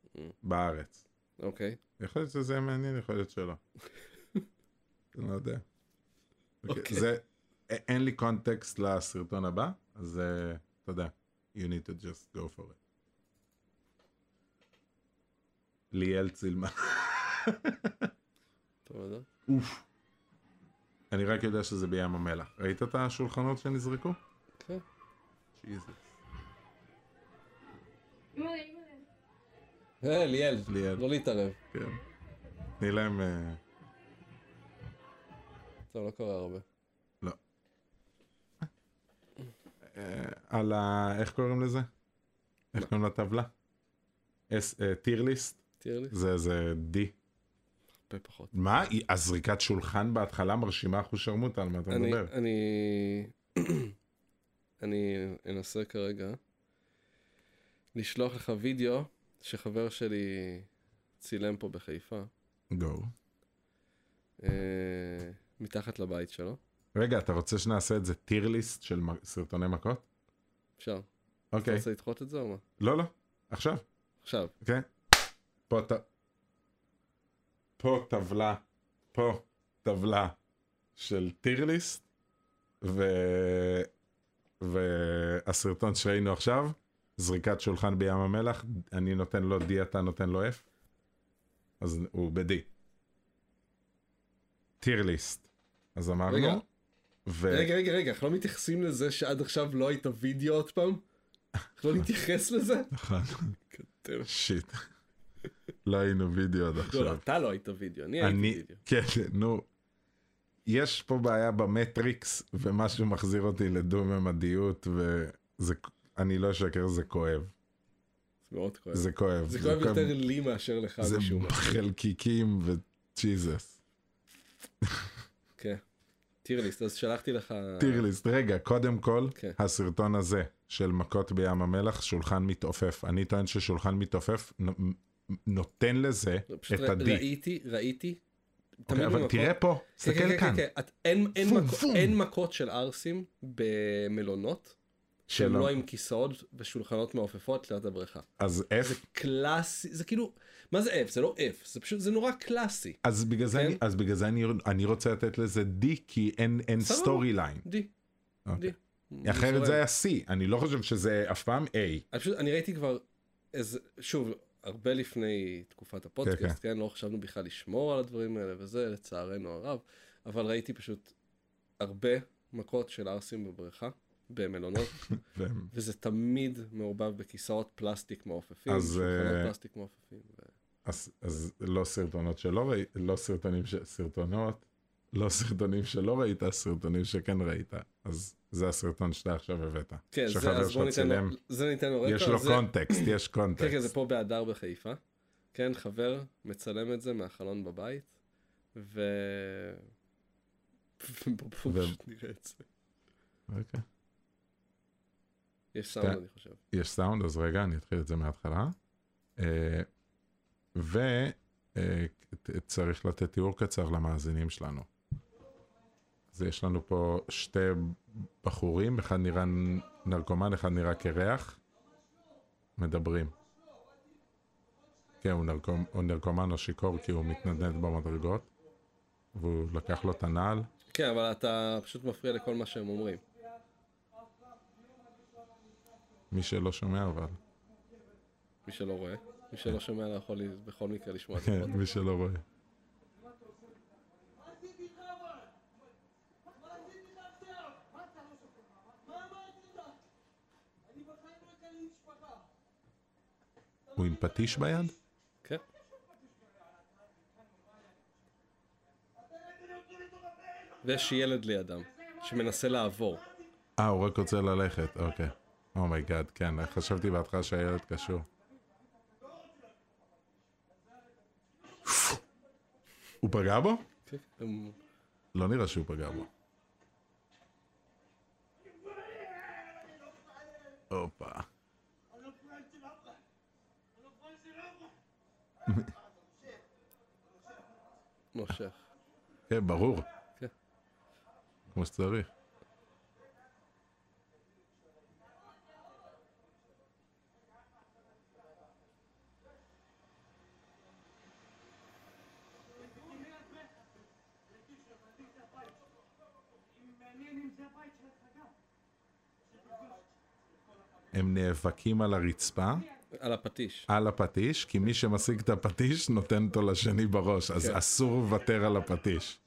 [SPEAKER 1] Mm.
[SPEAKER 2] בארץ.
[SPEAKER 1] אוקיי.
[SPEAKER 2] יכול להיות שזה יהיה מעניין, יכול להיות שלא. אני לא יודע.
[SPEAKER 1] אוקיי.
[SPEAKER 2] זה, א- אין לי קונטקסט לסרטון הבא, אז אה, אתה יודע, you need to just go for it. ליאל צילמה.
[SPEAKER 1] אתה לא יודע?
[SPEAKER 2] אוף. אני רק יודע שזה בים המלח. ראית את השולחנות שנזרקו?
[SPEAKER 1] כן.
[SPEAKER 2] Jesus.
[SPEAKER 1] אה, ליאל,
[SPEAKER 2] ליאל.
[SPEAKER 1] לא להתערב.
[SPEAKER 2] כן. תני להם... אה,
[SPEAKER 1] טוב, לא קורה הרבה.
[SPEAKER 2] אה, על ה... איך קוראים לזה? איך קוראים לטבלה? טיר ליסט?
[SPEAKER 1] תראה לי.
[SPEAKER 2] זה זה די.
[SPEAKER 1] הרבה פחות.
[SPEAKER 2] מה? היא- הזריקת שולחן בהתחלה מרשימה אחושרמוטה, על מה אתה
[SPEAKER 1] אני,
[SPEAKER 2] מדבר?
[SPEAKER 1] אני, אני אנסה כרגע לשלוח לך וידאו שחבר שלי צילם פה בחיפה,
[SPEAKER 2] גו.
[SPEAKER 1] אה, מתחת לבית שלו.
[SPEAKER 2] רגע, אתה רוצה שנעשה את זה טיר ליסט של מ- סרטוני מכות?
[SPEAKER 1] אפשר. אתה
[SPEAKER 2] אוקיי.
[SPEAKER 1] רוצה לדחות את זה או מה?
[SPEAKER 2] לא, לא. עכשיו.
[SPEAKER 1] עכשיו.
[SPEAKER 2] כן. פה, ט... פה טבלה, פה טבלה, של טירליסט, ו... והסרטון שראינו עכשיו, זריקת שולחן בים המלח, אני נותן לו D, אתה נותן לו F, אז הוא ב-D. טירליסט. אז
[SPEAKER 1] רגע.
[SPEAKER 2] אמרנו, ו...
[SPEAKER 1] רגע, רגע, רגע, אנחנו לא מתייחסים לזה שעד עכשיו לא היית וידאו עוד פעם? אנחנו לא נתייחס לזה?
[SPEAKER 2] נכון,
[SPEAKER 1] כתב.
[SPEAKER 2] שיט. לא היינו וידאו עד
[SPEAKER 1] לא,
[SPEAKER 2] עכשיו.
[SPEAKER 1] לא, אתה לא היית וידאו, אני
[SPEAKER 2] אני,
[SPEAKER 1] הייתי וידאו.
[SPEAKER 2] כן, נו. יש פה בעיה במטריקס, ומשהו מחזיר אותי לדו-ממדיות, וזה, אני לא אשקר, זה כואב.
[SPEAKER 1] זה מאוד כואב.
[SPEAKER 2] זה כואב.
[SPEAKER 1] זה כואב יותר לי מאשר לך
[SPEAKER 2] זה
[SPEAKER 1] משום מה.
[SPEAKER 2] חלקיקים וג'יזוס.
[SPEAKER 1] כן. טירליסט, אז שלחתי לך...
[SPEAKER 2] טירליסט, רגע, קודם כל,
[SPEAKER 1] אה. כן.
[SPEAKER 2] הסרטון הזה של מכות בים המלח, שולחן מתעופף. אני טוען ששולחן מתעופף נ- נותן לזה
[SPEAKER 1] לא, פשוט
[SPEAKER 2] את
[SPEAKER 1] ר-
[SPEAKER 2] ה-D.
[SPEAKER 1] ראיתי, ראיתי. תמיד
[SPEAKER 2] אוקיי, אבל
[SPEAKER 1] במכות-
[SPEAKER 2] תראה פה,
[SPEAKER 1] כן, כן,
[SPEAKER 2] תסתכל
[SPEAKER 1] כן,
[SPEAKER 2] כאן,
[SPEAKER 1] כן, את- אין- אין
[SPEAKER 2] פום,
[SPEAKER 1] מכות-
[SPEAKER 2] פום.
[SPEAKER 1] אין מכות של ערסים במלונות, שהם
[SPEAKER 2] שלא-
[SPEAKER 1] לא עם כיסאות ושולחנות מעופפות ליד הבריכה.
[SPEAKER 2] אז
[SPEAKER 1] זה
[SPEAKER 2] F
[SPEAKER 1] קלאסי, זה כאילו, מה זה F? זה לא F, זה פשוט, זה נורא קלאסי.
[SPEAKER 2] אז בגלל זה,
[SPEAKER 1] כן.
[SPEAKER 2] אני, אז בגלל זה אני, אני רוצה לתת לזה D כי אין, אין
[SPEAKER 1] סבבה.
[SPEAKER 2] סטורי ליין.
[SPEAKER 1] D, D.
[SPEAKER 2] אוקיי. אחרת זה היה C, אני לא חושב שזה אף פעם A.
[SPEAKER 1] אני פשוט, אני ראיתי כבר, איזה, שוב, הרבה לפני תקופת
[SPEAKER 2] כן,
[SPEAKER 1] הפודקאסט, כן, לא חשבנו בכלל לשמור על הדברים האלה וזה, לצערנו הרב, אבל ראיתי פשוט הרבה מכות של ערסים בבריכה, במלונות,
[SPEAKER 2] והם-
[SPEAKER 1] וזה תמיד מעורבב בכיסאות פלסטיק מעופפים,
[SPEAKER 2] אז, אה,
[SPEAKER 1] שולחנות פלסטיק מעופפים. ו-
[SPEAKER 2] אז, אז לא סרטונות שלא ראית, לא סרטונים ש... סרטונות, לא סרטונים שלא ראית, סרטונים שכן ראית. אז זה הסרטון שאתה עכשיו הבאת.
[SPEAKER 1] כן, זה,
[SPEAKER 2] שחבר
[SPEAKER 1] אז בוא
[SPEAKER 2] שלך
[SPEAKER 1] ניתן לו,
[SPEAKER 2] צילם,
[SPEAKER 1] זה ניתן לו רקע.
[SPEAKER 2] יש לו
[SPEAKER 1] זה-
[SPEAKER 2] קונטקסט, יש
[SPEAKER 1] כן, כן, זה
[SPEAKER 2] קונטקסט.
[SPEAKER 1] פה בהדר בחיפה. כן, חבר מצלם את זה מהחלון בבית, ו... ובוא פשוט נראה את זה.
[SPEAKER 2] אוקיי.
[SPEAKER 1] יש סאונד,
[SPEAKER 2] אתה-
[SPEAKER 1] אני חושב.
[SPEAKER 2] יש סאונד, אז רגע, אני אתחיל את זה מההתחלה. אה, וצריך אה, לתת תיאור קצר למאזינים שלנו. אז יש לנו פה שתי בחורים, אחד נראה נרקומן, אחד נראה קרח, מדברים. כן, הוא, נרקומ, הוא נרקומן או שיכור כי הוא מתנדנד במדרגות, והוא לקח לו את הנעל.
[SPEAKER 1] כן, אבל אתה פשוט מפריע לכל מה שהם אומרים.
[SPEAKER 2] מי שלא שומע אבל,
[SPEAKER 1] מי שלא רואה, מי שלא שומע לא יכול לי- בכל מקרה לשמוע את זה.
[SPEAKER 2] כן, מי שלא רואה. הוא עם פטיש ביד?
[SPEAKER 1] כן. ויש ילד לידם, שמנסה לעבור.
[SPEAKER 2] אה, הוא רק רוצה ללכת, אוקיי. אומייגאד, כן, חשבתי בהתחלה שהילד קשור. הוא פגע בו?
[SPEAKER 1] כן, הם-
[SPEAKER 2] לא נראה שהוא פגע בו. הופה.
[SPEAKER 1] מושך.
[SPEAKER 2] כן, ברור.
[SPEAKER 1] כן.
[SPEAKER 2] כמו שצריך. הם נאבקים על הרצפה,
[SPEAKER 1] על הפטיש.
[SPEAKER 2] על הפטיש, כי מי שמשיג את הפטיש נותן אותו לשני בראש, אז
[SPEAKER 1] כן.
[SPEAKER 2] אסור לוותר על הפטיש.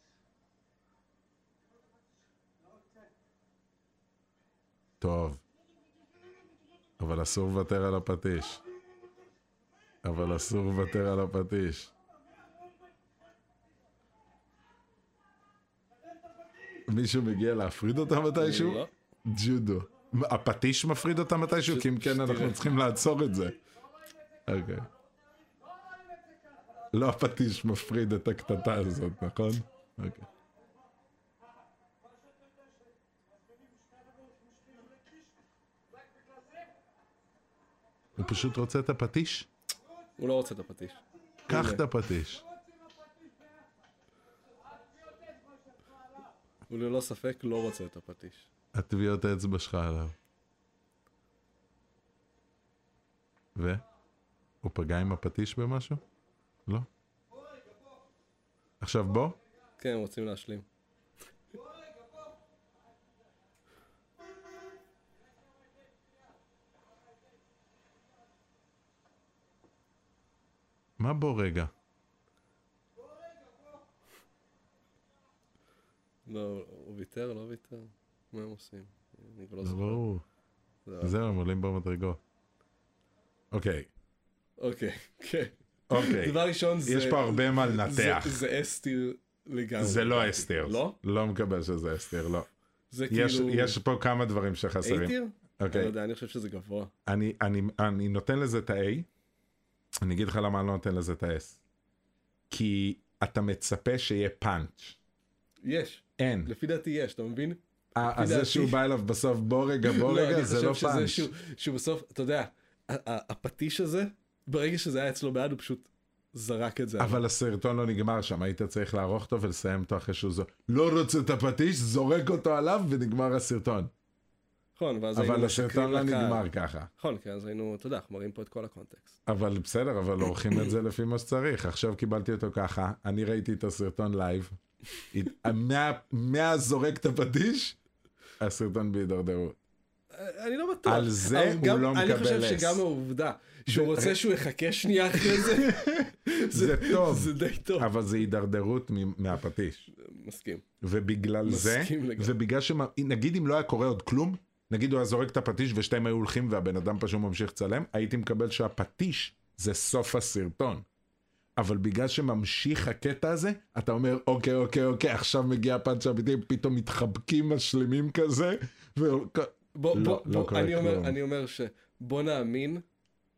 [SPEAKER 2] טוב. אבל אסור לוותר על הפטיש. אבל אסור לוותר על הפטיש. מישהו מגיע להפריד אותם מתישהו?
[SPEAKER 1] לא.
[SPEAKER 2] ג'ודו. מה, הפטיש מפריד אותה מתישהו? כי אם כן, אנחנו צריכים לעצור את זה. אוקיי. לא הפטיש מפריד את הקטטה הזאת, נכון? אוקיי. הוא פשוט רוצה את הפטיש?
[SPEAKER 1] הוא לא רוצה את הפטיש.
[SPEAKER 2] קח את הפטיש.
[SPEAKER 1] הוא ללא ספק לא רוצה את הפטיש.
[SPEAKER 2] הטביעות האצבע שלך עליו. ו? הוא פגע עם הפטיש במשהו? לא. עכשיו בוא.
[SPEAKER 1] כן, הם רוצים להשלים.
[SPEAKER 2] מה בוא רגע?
[SPEAKER 1] לא, הוא ויתר, לא ויתר? מה הם עושים? אני כבר לא
[SPEAKER 2] זה
[SPEAKER 1] זוכר.
[SPEAKER 2] ברור.
[SPEAKER 1] זה-
[SPEAKER 2] זהו, הם עולים במדרגות. אוקיי,
[SPEAKER 1] אוקיי, כן.
[SPEAKER 2] אוקיי.
[SPEAKER 1] דבר ראשון זה...
[SPEAKER 2] יש פה הרבה מה
[SPEAKER 1] זה-
[SPEAKER 2] לנתח.
[SPEAKER 1] זה אסתיר לגמרי.
[SPEAKER 2] זה לא אסתר.
[SPEAKER 1] לא?
[SPEAKER 2] לא מקבל שזה אסתר, לא.
[SPEAKER 1] זה
[SPEAKER 2] יש-
[SPEAKER 1] כאילו...
[SPEAKER 2] יש פה כמה דברים שחסרים.
[SPEAKER 1] אייטיר? אני לא
[SPEAKER 2] אוקיי.
[SPEAKER 1] יודע, אני חושב שזה גבוה.
[SPEAKER 2] אני- אני- אני נותן לזה את ה-A, אני אגיד לך למה אני לא נותן לזה את ה-S. כי אתה מצפה שיהיה פאנץ'.
[SPEAKER 1] יש.
[SPEAKER 2] אין.
[SPEAKER 1] לפי דעתי יש, אתה מבין?
[SPEAKER 2] אה, אז זה
[SPEAKER 1] דעתי-
[SPEAKER 2] שהוא בא אליו בסוף בוא רגע בוא רגע
[SPEAKER 1] אני
[SPEAKER 2] זה
[SPEAKER 1] חושב
[SPEAKER 2] לא
[SPEAKER 1] שזה
[SPEAKER 2] פאנץ'.
[SPEAKER 1] שהוא- שהוא בסוף, אתה יודע, ה- ה- הפטיש הזה, ברגע שזה היה אצלו ביד, הוא פשוט זרק את זה.
[SPEAKER 2] אבל הסרטון לא נגמר שם, היית צריך לערוך אותו ולסיים אותו אחרי שהוא זו... לא רוצה את הפטיש, זורק אותו עליו ונגמר הסרטון.
[SPEAKER 1] נכון, ואז היינו
[SPEAKER 2] אבל
[SPEAKER 1] משקרים
[SPEAKER 2] הסרטון לא
[SPEAKER 1] לקהל.
[SPEAKER 2] נגמר ככה.
[SPEAKER 1] נכון, כן, אז היינו, אתה יודע, אנחנו מראים פה את כל הקונטקסט.
[SPEAKER 2] אבל בסדר, אבל עורכים את זה לפי מה שצריך. עכשיו קיבלתי אותו ככה, אני ראיתי את הסרטון לייב. הת- מה- מהזורק את הפטיש, הסרטון בהידרדרות.
[SPEAKER 1] אה, אני לא בטוח.
[SPEAKER 2] על זה
[SPEAKER 1] אבל
[SPEAKER 2] הוא
[SPEAKER 1] גם-
[SPEAKER 2] לא
[SPEAKER 1] אני חושב
[SPEAKER 2] מקבל
[SPEAKER 1] שגם
[SPEAKER 2] S.
[SPEAKER 1] העובדה שהוא
[SPEAKER 2] זה-
[SPEAKER 1] רוצה שהוא יחכה שנייה אחרי זה,
[SPEAKER 2] זה טוב.
[SPEAKER 1] זה די טוב.
[SPEAKER 2] אבל זה הידרדרות מ- מהפטיש.
[SPEAKER 1] מסכים.
[SPEAKER 2] ובגלל זה,
[SPEAKER 1] מסכים לגמרי.
[SPEAKER 2] ובגלל ש... נגיד אם לא היה קורה עוד כלום, נגיד הוא היה זורק את הפטיש ושתיהם היו הולכים והבן אדם פשוט ממשיך לצלם, הייתי מקבל שהפטיש זה סוף הסרטון. אבל בגלל שממשיך הקטע הזה, אתה אומר, אוקיי, אוקיי, אוקיי, עכשיו מגיע הפאנץ' האמיתי, פתאום מתחבקים משלימים כזה, ו...
[SPEAKER 1] בוא,
[SPEAKER 2] לא,
[SPEAKER 1] בוא,
[SPEAKER 2] לא
[SPEAKER 1] בוא,
[SPEAKER 2] קורה
[SPEAKER 1] אני אומר,
[SPEAKER 2] כלום.
[SPEAKER 1] אני אומר שבוא נאמין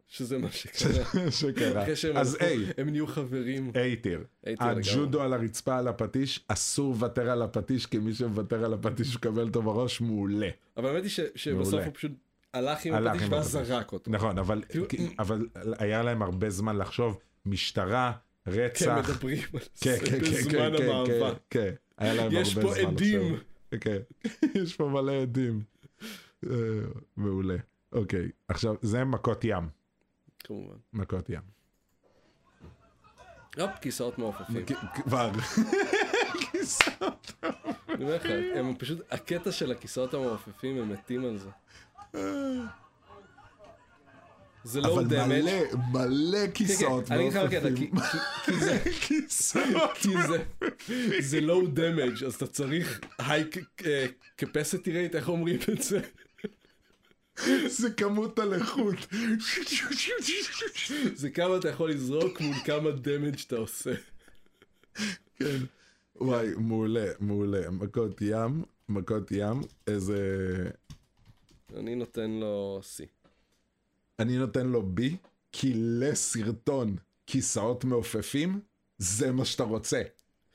[SPEAKER 1] שזה מה שקרה.
[SPEAKER 2] שקרה.
[SPEAKER 1] אחרי שהם
[SPEAKER 2] אז
[SPEAKER 1] הלכו,
[SPEAKER 2] היי,
[SPEAKER 1] הם נהיו חברים.
[SPEAKER 2] היי טיר.
[SPEAKER 1] היי טיר
[SPEAKER 2] הג'ודו על הרצפה על הפטיש, אסור לוותר על הפטיש, כי מי שמוותר על הפטיש מקבל אותו בראש, מעולה.
[SPEAKER 1] אבל האמת היא ש- שבסוף
[SPEAKER 2] מעולה.
[SPEAKER 1] הוא פשוט הלך עם
[SPEAKER 2] הלך
[SPEAKER 1] הפטיש
[SPEAKER 2] עם
[SPEAKER 1] ואז
[SPEAKER 2] הפטיש.
[SPEAKER 1] זרק אותו.
[SPEAKER 2] נכון, אבל,
[SPEAKER 1] כאילו,
[SPEAKER 2] כי- אבל היה להם הרבה זמן לחשוב, משטרה,
[SPEAKER 1] כן,
[SPEAKER 2] רצח.
[SPEAKER 1] מדברים על
[SPEAKER 2] כן,
[SPEAKER 1] זה
[SPEAKER 2] כן, כן,
[SPEAKER 1] בזמן
[SPEAKER 2] כן, כן,
[SPEAKER 1] המאבק.
[SPEAKER 2] כן, כן, היה להם הרבה
[SPEAKER 1] יש
[SPEAKER 2] זמן
[SPEAKER 1] פה
[SPEAKER 2] לחשוב.
[SPEAKER 1] עדים.
[SPEAKER 2] כן, יש פה מלא עדים. אה, מעולה. אוקיי, עכשיו, זה מכות ים.
[SPEAKER 1] כמובן.
[SPEAKER 2] מכות ים.
[SPEAKER 1] הופ, כיסאות מעופפים.
[SPEAKER 2] כי- כבר. כיסאות.
[SPEAKER 1] אני אומר לך, הם פשוט, הקטע של הכיסאות המעופפים, הם מתים על זה. זה לא
[SPEAKER 2] אה. אבל
[SPEAKER 1] דמג'.
[SPEAKER 2] מלא, מלא כיסאות.
[SPEAKER 1] כן, אני אגיד לך רק
[SPEAKER 2] מעופפים.
[SPEAKER 1] כי כי- כי זה-
[SPEAKER 2] כיסאות.
[SPEAKER 1] כי זה- זה לואו דמג' אז אתה צריך היי קפסיטי רייט uh, איך אומרים את זה?
[SPEAKER 2] זה כמות הלחות.
[SPEAKER 1] זה כמה אתה יכול לזרוק מול כמה דמג' אתה עושה.
[SPEAKER 2] כן. וואי, מעולה, מעולה. מכות ים, מכות ים, איזה...
[SPEAKER 1] אני נותן לו C.
[SPEAKER 2] אני נותן לו בי, כי לסרטון כיסאות מעופפים, זה מה שאתה רוצה.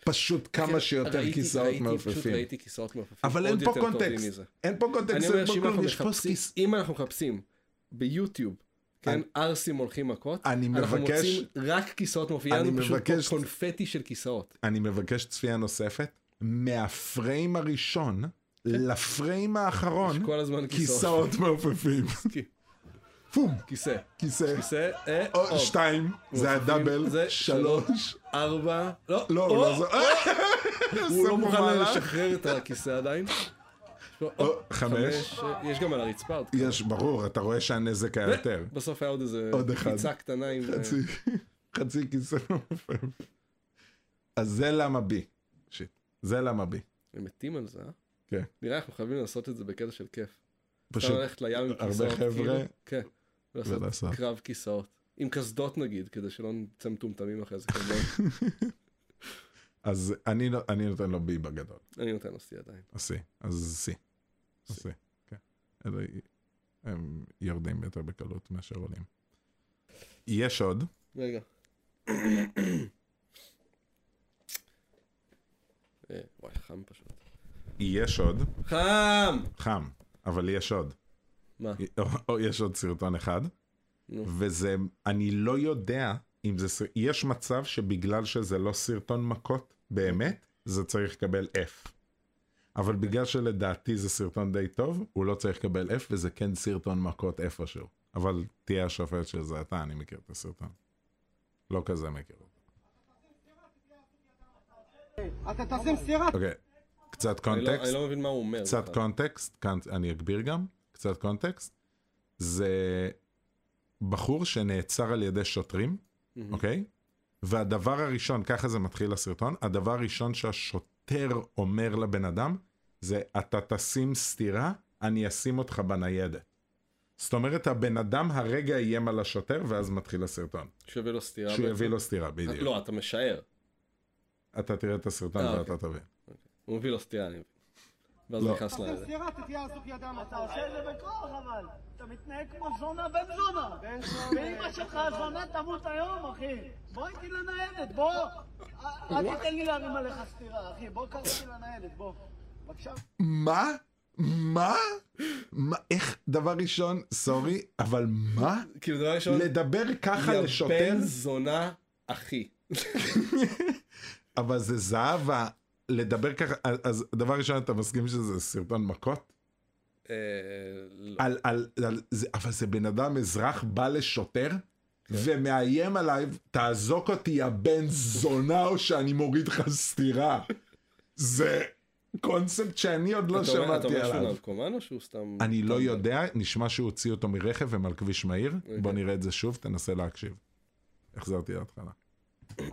[SPEAKER 2] פשוט כמה שיותר
[SPEAKER 1] כן, ראיתי-
[SPEAKER 2] כיסאות
[SPEAKER 1] ראיתי- פשוט
[SPEAKER 2] מעופפים.
[SPEAKER 1] ראיתי כיסאות מעופפים.
[SPEAKER 2] אבל
[SPEAKER 1] עוד
[SPEAKER 2] אין פה
[SPEAKER 1] יותר טובים
[SPEAKER 2] קונטקסט.
[SPEAKER 1] מזה.
[SPEAKER 2] אין פה
[SPEAKER 1] אני
[SPEAKER 2] קונטקסט,
[SPEAKER 1] אומר
[SPEAKER 2] אין פה
[SPEAKER 1] שאם
[SPEAKER 2] כלום,
[SPEAKER 1] אנחנו
[SPEAKER 2] יש פה
[SPEAKER 1] מחפשים,
[SPEAKER 2] כיס...
[SPEAKER 1] אם אנחנו מחפשים ביוטיוב, כן,
[SPEAKER 2] אני-
[SPEAKER 1] ערסים הולכים מכות,
[SPEAKER 2] אני
[SPEAKER 1] אנחנו
[SPEAKER 2] מבקש-
[SPEAKER 1] מוצאים רק כיסאות מעופפים,
[SPEAKER 2] אני
[SPEAKER 1] אני מבקש,
[SPEAKER 2] מבקש-
[SPEAKER 1] קונפטי של כיסאות.
[SPEAKER 2] אני מבקש צפייה נוספת, מהפריים הראשון לפריים האחרון,
[SPEAKER 1] כן. כל הזמן כיסאות.
[SPEAKER 2] כיסאות מעופפים.
[SPEAKER 1] כן.
[SPEAKER 2] פום,
[SPEAKER 1] כיסא,
[SPEAKER 2] כיסא.
[SPEAKER 1] כיסא, אה,
[SPEAKER 2] או,
[SPEAKER 1] עוד.
[SPEAKER 2] שתיים, זה
[SPEAKER 1] מעופפים, זה
[SPEAKER 2] הדאבל, שלוש.
[SPEAKER 1] ארבע, לא,
[SPEAKER 2] לא,
[SPEAKER 1] או,
[SPEAKER 2] הוא לא זו...
[SPEAKER 1] הוא לא
[SPEAKER 2] עושה פה
[SPEAKER 1] מוכן
[SPEAKER 2] מהלך.
[SPEAKER 1] לשחרר את הכיסא עדיין. יש לו,
[SPEAKER 2] או,
[SPEAKER 1] או,
[SPEAKER 2] חמש.
[SPEAKER 1] אה, יש גם על הרצפה עוד כמה.
[SPEAKER 2] יש, ברור, אתה רואה שהנזק היה יותר.
[SPEAKER 1] בסוף היה עוד איזה
[SPEAKER 2] עוד אחד.
[SPEAKER 1] קפיצה קטנה עם... אה,
[SPEAKER 2] חצי, חצי כיסא מעופף. אז זה למה בי. שיט. זה למה בי.
[SPEAKER 1] הם מתים על זה, אה?
[SPEAKER 2] כן.
[SPEAKER 1] נראה, אנחנו חייבים לעשות את זה בקטע של כיף. אפשר
[SPEAKER 2] פשוט
[SPEAKER 1] ללכת לים עם
[SPEAKER 2] הרבה
[SPEAKER 1] כיסאות,
[SPEAKER 2] חבר'ה,
[SPEAKER 1] כאילו. כן. ולעשות
[SPEAKER 2] ולעשות.
[SPEAKER 1] קרב כיסאות. עם קסדות נגיד, כדי שלא נצא מטומטמים אחרי זה. כי הם לא-
[SPEAKER 2] אז אני נו- אני נותן לו בי בגדול.
[SPEAKER 1] אני נותן לו סי עדיין.
[SPEAKER 2] אז סי. אז סי. אז סי. כן. אלה הם יורדים יותר בקלות מאשר עולים. יש עוד.
[SPEAKER 1] רגע. אה, וואי, חם פשוט.
[SPEAKER 2] יש עוד.
[SPEAKER 1] חם!
[SPEAKER 2] חם. אבל יש עוד.
[SPEAKER 1] מה?
[SPEAKER 2] או- או יש עוד סרטון אחד,
[SPEAKER 1] נו.
[SPEAKER 2] וזה, אני לא יודע אם זה, סר- יש מצב שבגלל שזה לא סרטון מכות, באמת, זה צריך לקבל F. אבל בגלל שלדעתי זה סרטון די טוב, הוא לא צריך לקבל F, וזה כן סרטון מכות איפשהו. אבל תהיה השופט של זה אתה, אני מכיר את הסרטון. לא כזה מכיר אותו.
[SPEAKER 4] אתה תשים סטירה,
[SPEAKER 2] אוקיי, קצת
[SPEAKER 1] אני לא- אני
[SPEAKER 2] קונטקסט.
[SPEAKER 1] לא מבין מה הוא אומר.
[SPEAKER 2] קצת
[SPEAKER 1] בכלל.
[SPEAKER 2] קונטקסט, כאן אני אגביר גם, קצת קונטקסט. זה בחור שנעצר על ידי שוטרים,
[SPEAKER 1] מהמם.
[SPEAKER 2] אוקיי? והדבר הראשון, ככה זה מתחיל הסרטון, הדבר הראשון שהשוטר אומר לבן אדם, זה אתה תשים סטירה, אני אשים אותך בניידת. זאת אומרת, הבן אדם הרגע איים על השוטר, ואז מתחיל הסרטון.
[SPEAKER 1] שהוא יביא לו סטירה.
[SPEAKER 2] שהוא
[SPEAKER 1] בעצם.
[SPEAKER 2] יביא לו סטירה, בדיוק.
[SPEAKER 1] לא, אתה משער.
[SPEAKER 2] אתה תראה את הסרטון
[SPEAKER 1] אה,
[SPEAKER 2] ואתה תבין.
[SPEAKER 1] הוא מביא לו סטירה, אני מבין. ואז
[SPEAKER 2] לא.
[SPEAKER 1] נכנס
[SPEAKER 4] תשים
[SPEAKER 1] לזה.
[SPEAKER 4] סטירה, תהיה אזוק ידם.
[SPEAKER 5] אתה עושה את זה בכוח אבל. אתה מתנהג כמו זונה בן זונה.
[SPEAKER 4] בן זונה.
[SPEAKER 5] ואימא שלך הזונה תמות היום, אחי. בוא איתי לניידת, בוא. אה, אל תיתן לי להרים עליך סטירה, אחי. בוא קח אותי לניידת, בוא. בבקשה.
[SPEAKER 2] מה? מה? מה? איך? דבר ראשון, סורי, אבל מה?
[SPEAKER 1] כאילו דבר ראשון,
[SPEAKER 2] לדבר ככה
[SPEAKER 1] יא
[SPEAKER 2] לשוטר?
[SPEAKER 1] בן זונה אחי.
[SPEAKER 2] אבל זה זהבה, לדבר ככה, אז- אז דבר ראשון, אתה מסכים שזה סרטון מכות?
[SPEAKER 1] אה, לא.
[SPEAKER 2] על, על, על, זה, אבל זה בן אדם, אזרח, בא לשוטר?
[SPEAKER 1] כן.
[SPEAKER 2] ומאיים עליי, תאזוק אותי יא בן זונה או שאני מוריד לך סטירה. זה קונספט שאני עוד לא
[SPEAKER 1] אתה אומר- אתה
[SPEAKER 2] שמעתי
[SPEAKER 1] אומר
[SPEAKER 2] עליו.
[SPEAKER 1] שהוא נרקומן או שהוא סתם...
[SPEAKER 2] אני לא יודע, נשמע שהוא הוציא אותו מרכב הם על כביש מהיר. בוא
[SPEAKER 1] אוקיי.
[SPEAKER 2] נראה את זה שוב, תנסה להקשיב. החזרתי להתחלה.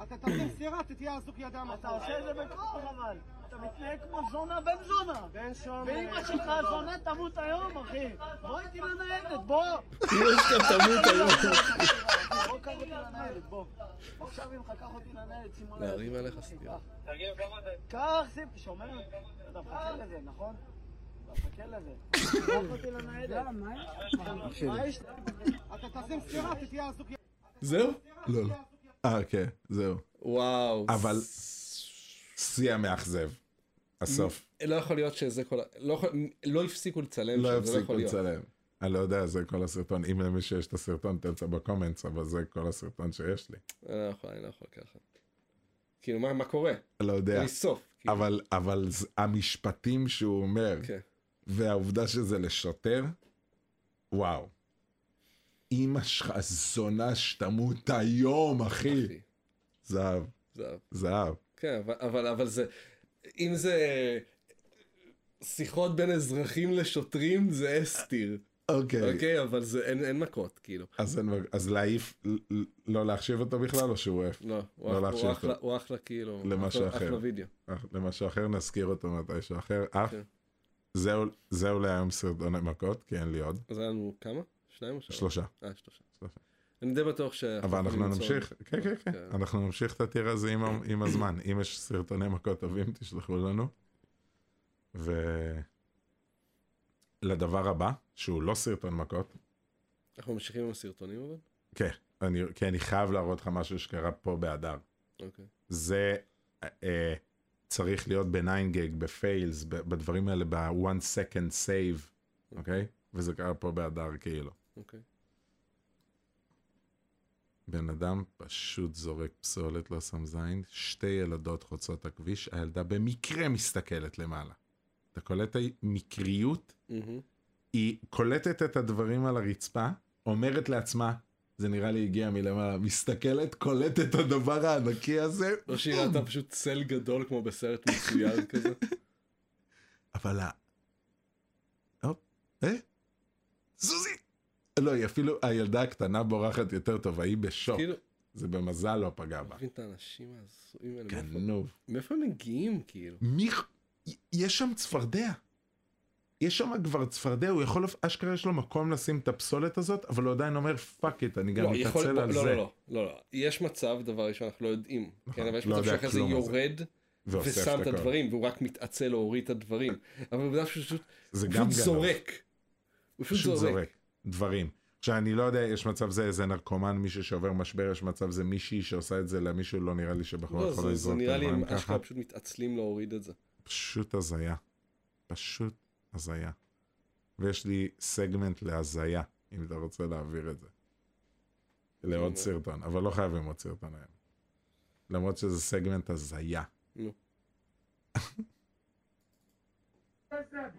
[SPEAKER 4] אתה תשים סטירה, תהיה אזוק ידם.
[SPEAKER 5] אתה עושה את זה בכוח אבל. אתה מתנהג כמו זונה בן זונה.
[SPEAKER 4] בן שונה.
[SPEAKER 5] ואימא שלך הזונה תמות היום, אחי. בוא איתי לניידת, בוא.
[SPEAKER 1] יש כאן תמות היום.
[SPEAKER 5] בוא קח אותי לניידת, בוא. עכשיו אם לך, קח אותי לניידת, שימו לב.
[SPEAKER 1] להרים עליך סטירה.
[SPEAKER 5] קח, שים, שומע? אתה מחכה לזה, נכון? אתה מחכה לזה. קח אותי לניידת. מה יש?
[SPEAKER 4] אתה תשים סטירה, תהיה אזוק ידם.
[SPEAKER 1] זהו?
[SPEAKER 2] לא, לא. אה, כן, זהו.
[SPEAKER 1] וואו.
[SPEAKER 2] אבל-
[SPEAKER 1] ס-
[SPEAKER 2] שיא המאכזב. הסוף.
[SPEAKER 1] לא יכול להיות שזה כל ה... לא יכול... לא הפסיקו לצלם
[SPEAKER 2] לא
[SPEAKER 1] שם, זה
[SPEAKER 2] יפסיקו
[SPEAKER 1] יכול להיות.
[SPEAKER 2] לצלם. אני לא יודע, זה כל הסרטון. אם למישהו יש את הסרטון, תמצא בקומנטס, אבל זה כל הסרטון שיש לי.
[SPEAKER 1] אני לא יכול, אני לא יכול ככה. כאילו, מה מה קורה?
[SPEAKER 2] לא יודע.
[SPEAKER 1] אני סוף. כאילו.
[SPEAKER 2] אבל, אבל ז- המשפטים שהוא אומר,
[SPEAKER 1] כן.
[SPEAKER 2] והעובדה שזה לשוטר, וואו. אמא שלך זונה שתמות היום, אחי.
[SPEAKER 1] אחי,
[SPEAKER 2] זהב,
[SPEAKER 1] זהב.
[SPEAKER 2] זהב.
[SPEAKER 1] כן, אבל- אבל אבל זה... אם זה... שיחות בין אזרחים לשוטרים זה אסתיר,
[SPEAKER 2] אוקיי.
[SPEAKER 1] אוקיי? אבל זה אין אין מכות, כאילו.
[SPEAKER 2] אז, אין, מג- אז להעיף, ל- ל- לא להחשיב אותו בכלל, או שהוא אוהב?
[SPEAKER 1] לא, הוא
[SPEAKER 2] לא
[SPEAKER 1] אחלה-
[SPEAKER 2] להחשיב
[SPEAKER 1] הוא
[SPEAKER 2] אותו.
[SPEAKER 1] אחלה, הוא אחלה כאילו,
[SPEAKER 2] למשהו
[SPEAKER 1] אחלה,
[SPEAKER 2] אחר.
[SPEAKER 1] אחלה וידאו.
[SPEAKER 2] אך- אה, למשהו אחר, נזכיר אותו מתישהו אחר. אך,
[SPEAKER 1] כן.
[SPEAKER 2] זהו, זהו להיום סרטון המכות, כי אין לי עוד.
[SPEAKER 1] אז היה לנו כמה? שניים או שלוש?
[SPEAKER 2] שלושה.
[SPEAKER 1] אה, שלושה.
[SPEAKER 2] שלושה.
[SPEAKER 1] אני די בטוח ש...
[SPEAKER 2] אבל אנחנו נמשיך, כן, כן, כן.
[SPEAKER 1] כן.
[SPEAKER 2] אנחנו נמשיך את הטיר הזה עם ה- עם הזמן. אם יש סרטוני מכות טובים, תשלחו לנו. ו- לדבר הבא, שהוא לא סרטון מכות,
[SPEAKER 1] אנחנו ממשיכים עם הסרטונים אבל?
[SPEAKER 2] כן, אני, כי אני חייב להראות לך משהו שקרה פה באדר.
[SPEAKER 1] אוקיי.
[SPEAKER 2] זה אה, צריך להיות בניינגג, בפיילס, ב- בדברים האלה, ב-one second save, אוקיי? וזה קרה פה באדר כאילו.
[SPEAKER 1] אוקיי.
[SPEAKER 2] בן אדם פשוט זורק פסולת, לא שם זין, שתי ילדות חוצות את הכביש, הילדה במקרה מסתכלת למעלה. אתה קולט המקריות?
[SPEAKER 1] מהמם.
[SPEAKER 2] היא קולטת את הדברים על הרצפה, אומרת לעצמה, זה נראה לי הגיע מלמעלה, מסתכלת, קולטת את הדבר הענקי הזה,
[SPEAKER 1] או שהיא ראתה לא פשוט צל גדול כמו בסרט מצויר כזה.
[SPEAKER 2] לא. אבל ה... הופ, אה? זוזי! לא, היא אפילו, הילדה הקטנה בורחת יותר טוב, ההיא בשוק.
[SPEAKER 1] כאילו,
[SPEAKER 2] זה במזל לא פגע
[SPEAKER 1] אני
[SPEAKER 2] בה.
[SPEAKER 1] מבין את האנשים ההזויים האלה. מאיפה-
[SPEAKER 2] גנוב.
[SPEAKER 1] מאיפה הם מגיעים כאילו?
[SPEAKER 2] מי... יש שם צפרדע. יש שם כבר צפרדע, הוא יכול, אשכרה יש לו מקום לשים את הפסולת הזאת, אבל הוא עדיין אומר, פאק איט, אני גם
[SPEAKER 1] לא, יכול-
[SPEAKER 2] מתעצל על
[SPEAKER 1] לא,
[SPEAKER 2] זה.
[SPEAKER 1] לא, לא, לא, לא. יש מצב, דבר ראשון, אנחנו לא יודעים. כן, אבל יש
[SPEAKER 2] לא
[SPEAKER 1] מצב
[SPEAKER 2] יודע
[SPEAKER 1] שאחרי זה
[SPEAKER 2] כלום על זה. לא,
[SPEAKER 1] יורד
[SPEAKER 2] ואוסף
[SPEAKER 1] ושם את
[SPEAKER 2] הכל.
[SPEAKER 1] הדברים, והוא רק מתעצל להוריד את הדברים. אבל הוא בדף פשוט
[SPEAKER 2] זה גם
[SPEAKER 1] פשוט
[SPEAKER 2] גנוב.
[SPEAKER 1] זורק. הוא פשוט זורק.
[SPEAKER 2] דברים. עכשיו, אני לא יודע, יש מצב זה איזה נרקומן, מישהו שעובר משבר, יש מצב זה מישהי שעושה את זה למישהו, לא נראה לי שבחורה
[SPEAKER 1] לא,
[SPEAKER 2] יכולה
[SPEAKER 1] זה- זה
[SPEAKER 2] לזרוק את
[SPEAKER 1] נראה לי
[SPEAKER 2] הדברים
[SPEAKER 1] הם
[SPEAKER 2] ככה.
[SPEAKER 1] אשכרה פשוט מתעצלים להוריד את זה.
[SPEAKER 2] פשוט הזיה. פשוט הזיה. ויש לי סגמנט להזיה, אם אתה רוצה להעביר את זה. לעוד
[SPEAKER 1] נו.
[SPEAKER 2] סרטון, אבל לא חייבים עוד סרטון היום. למרות שזה סגמנט הזיה.
[SPEAKER 1] נו.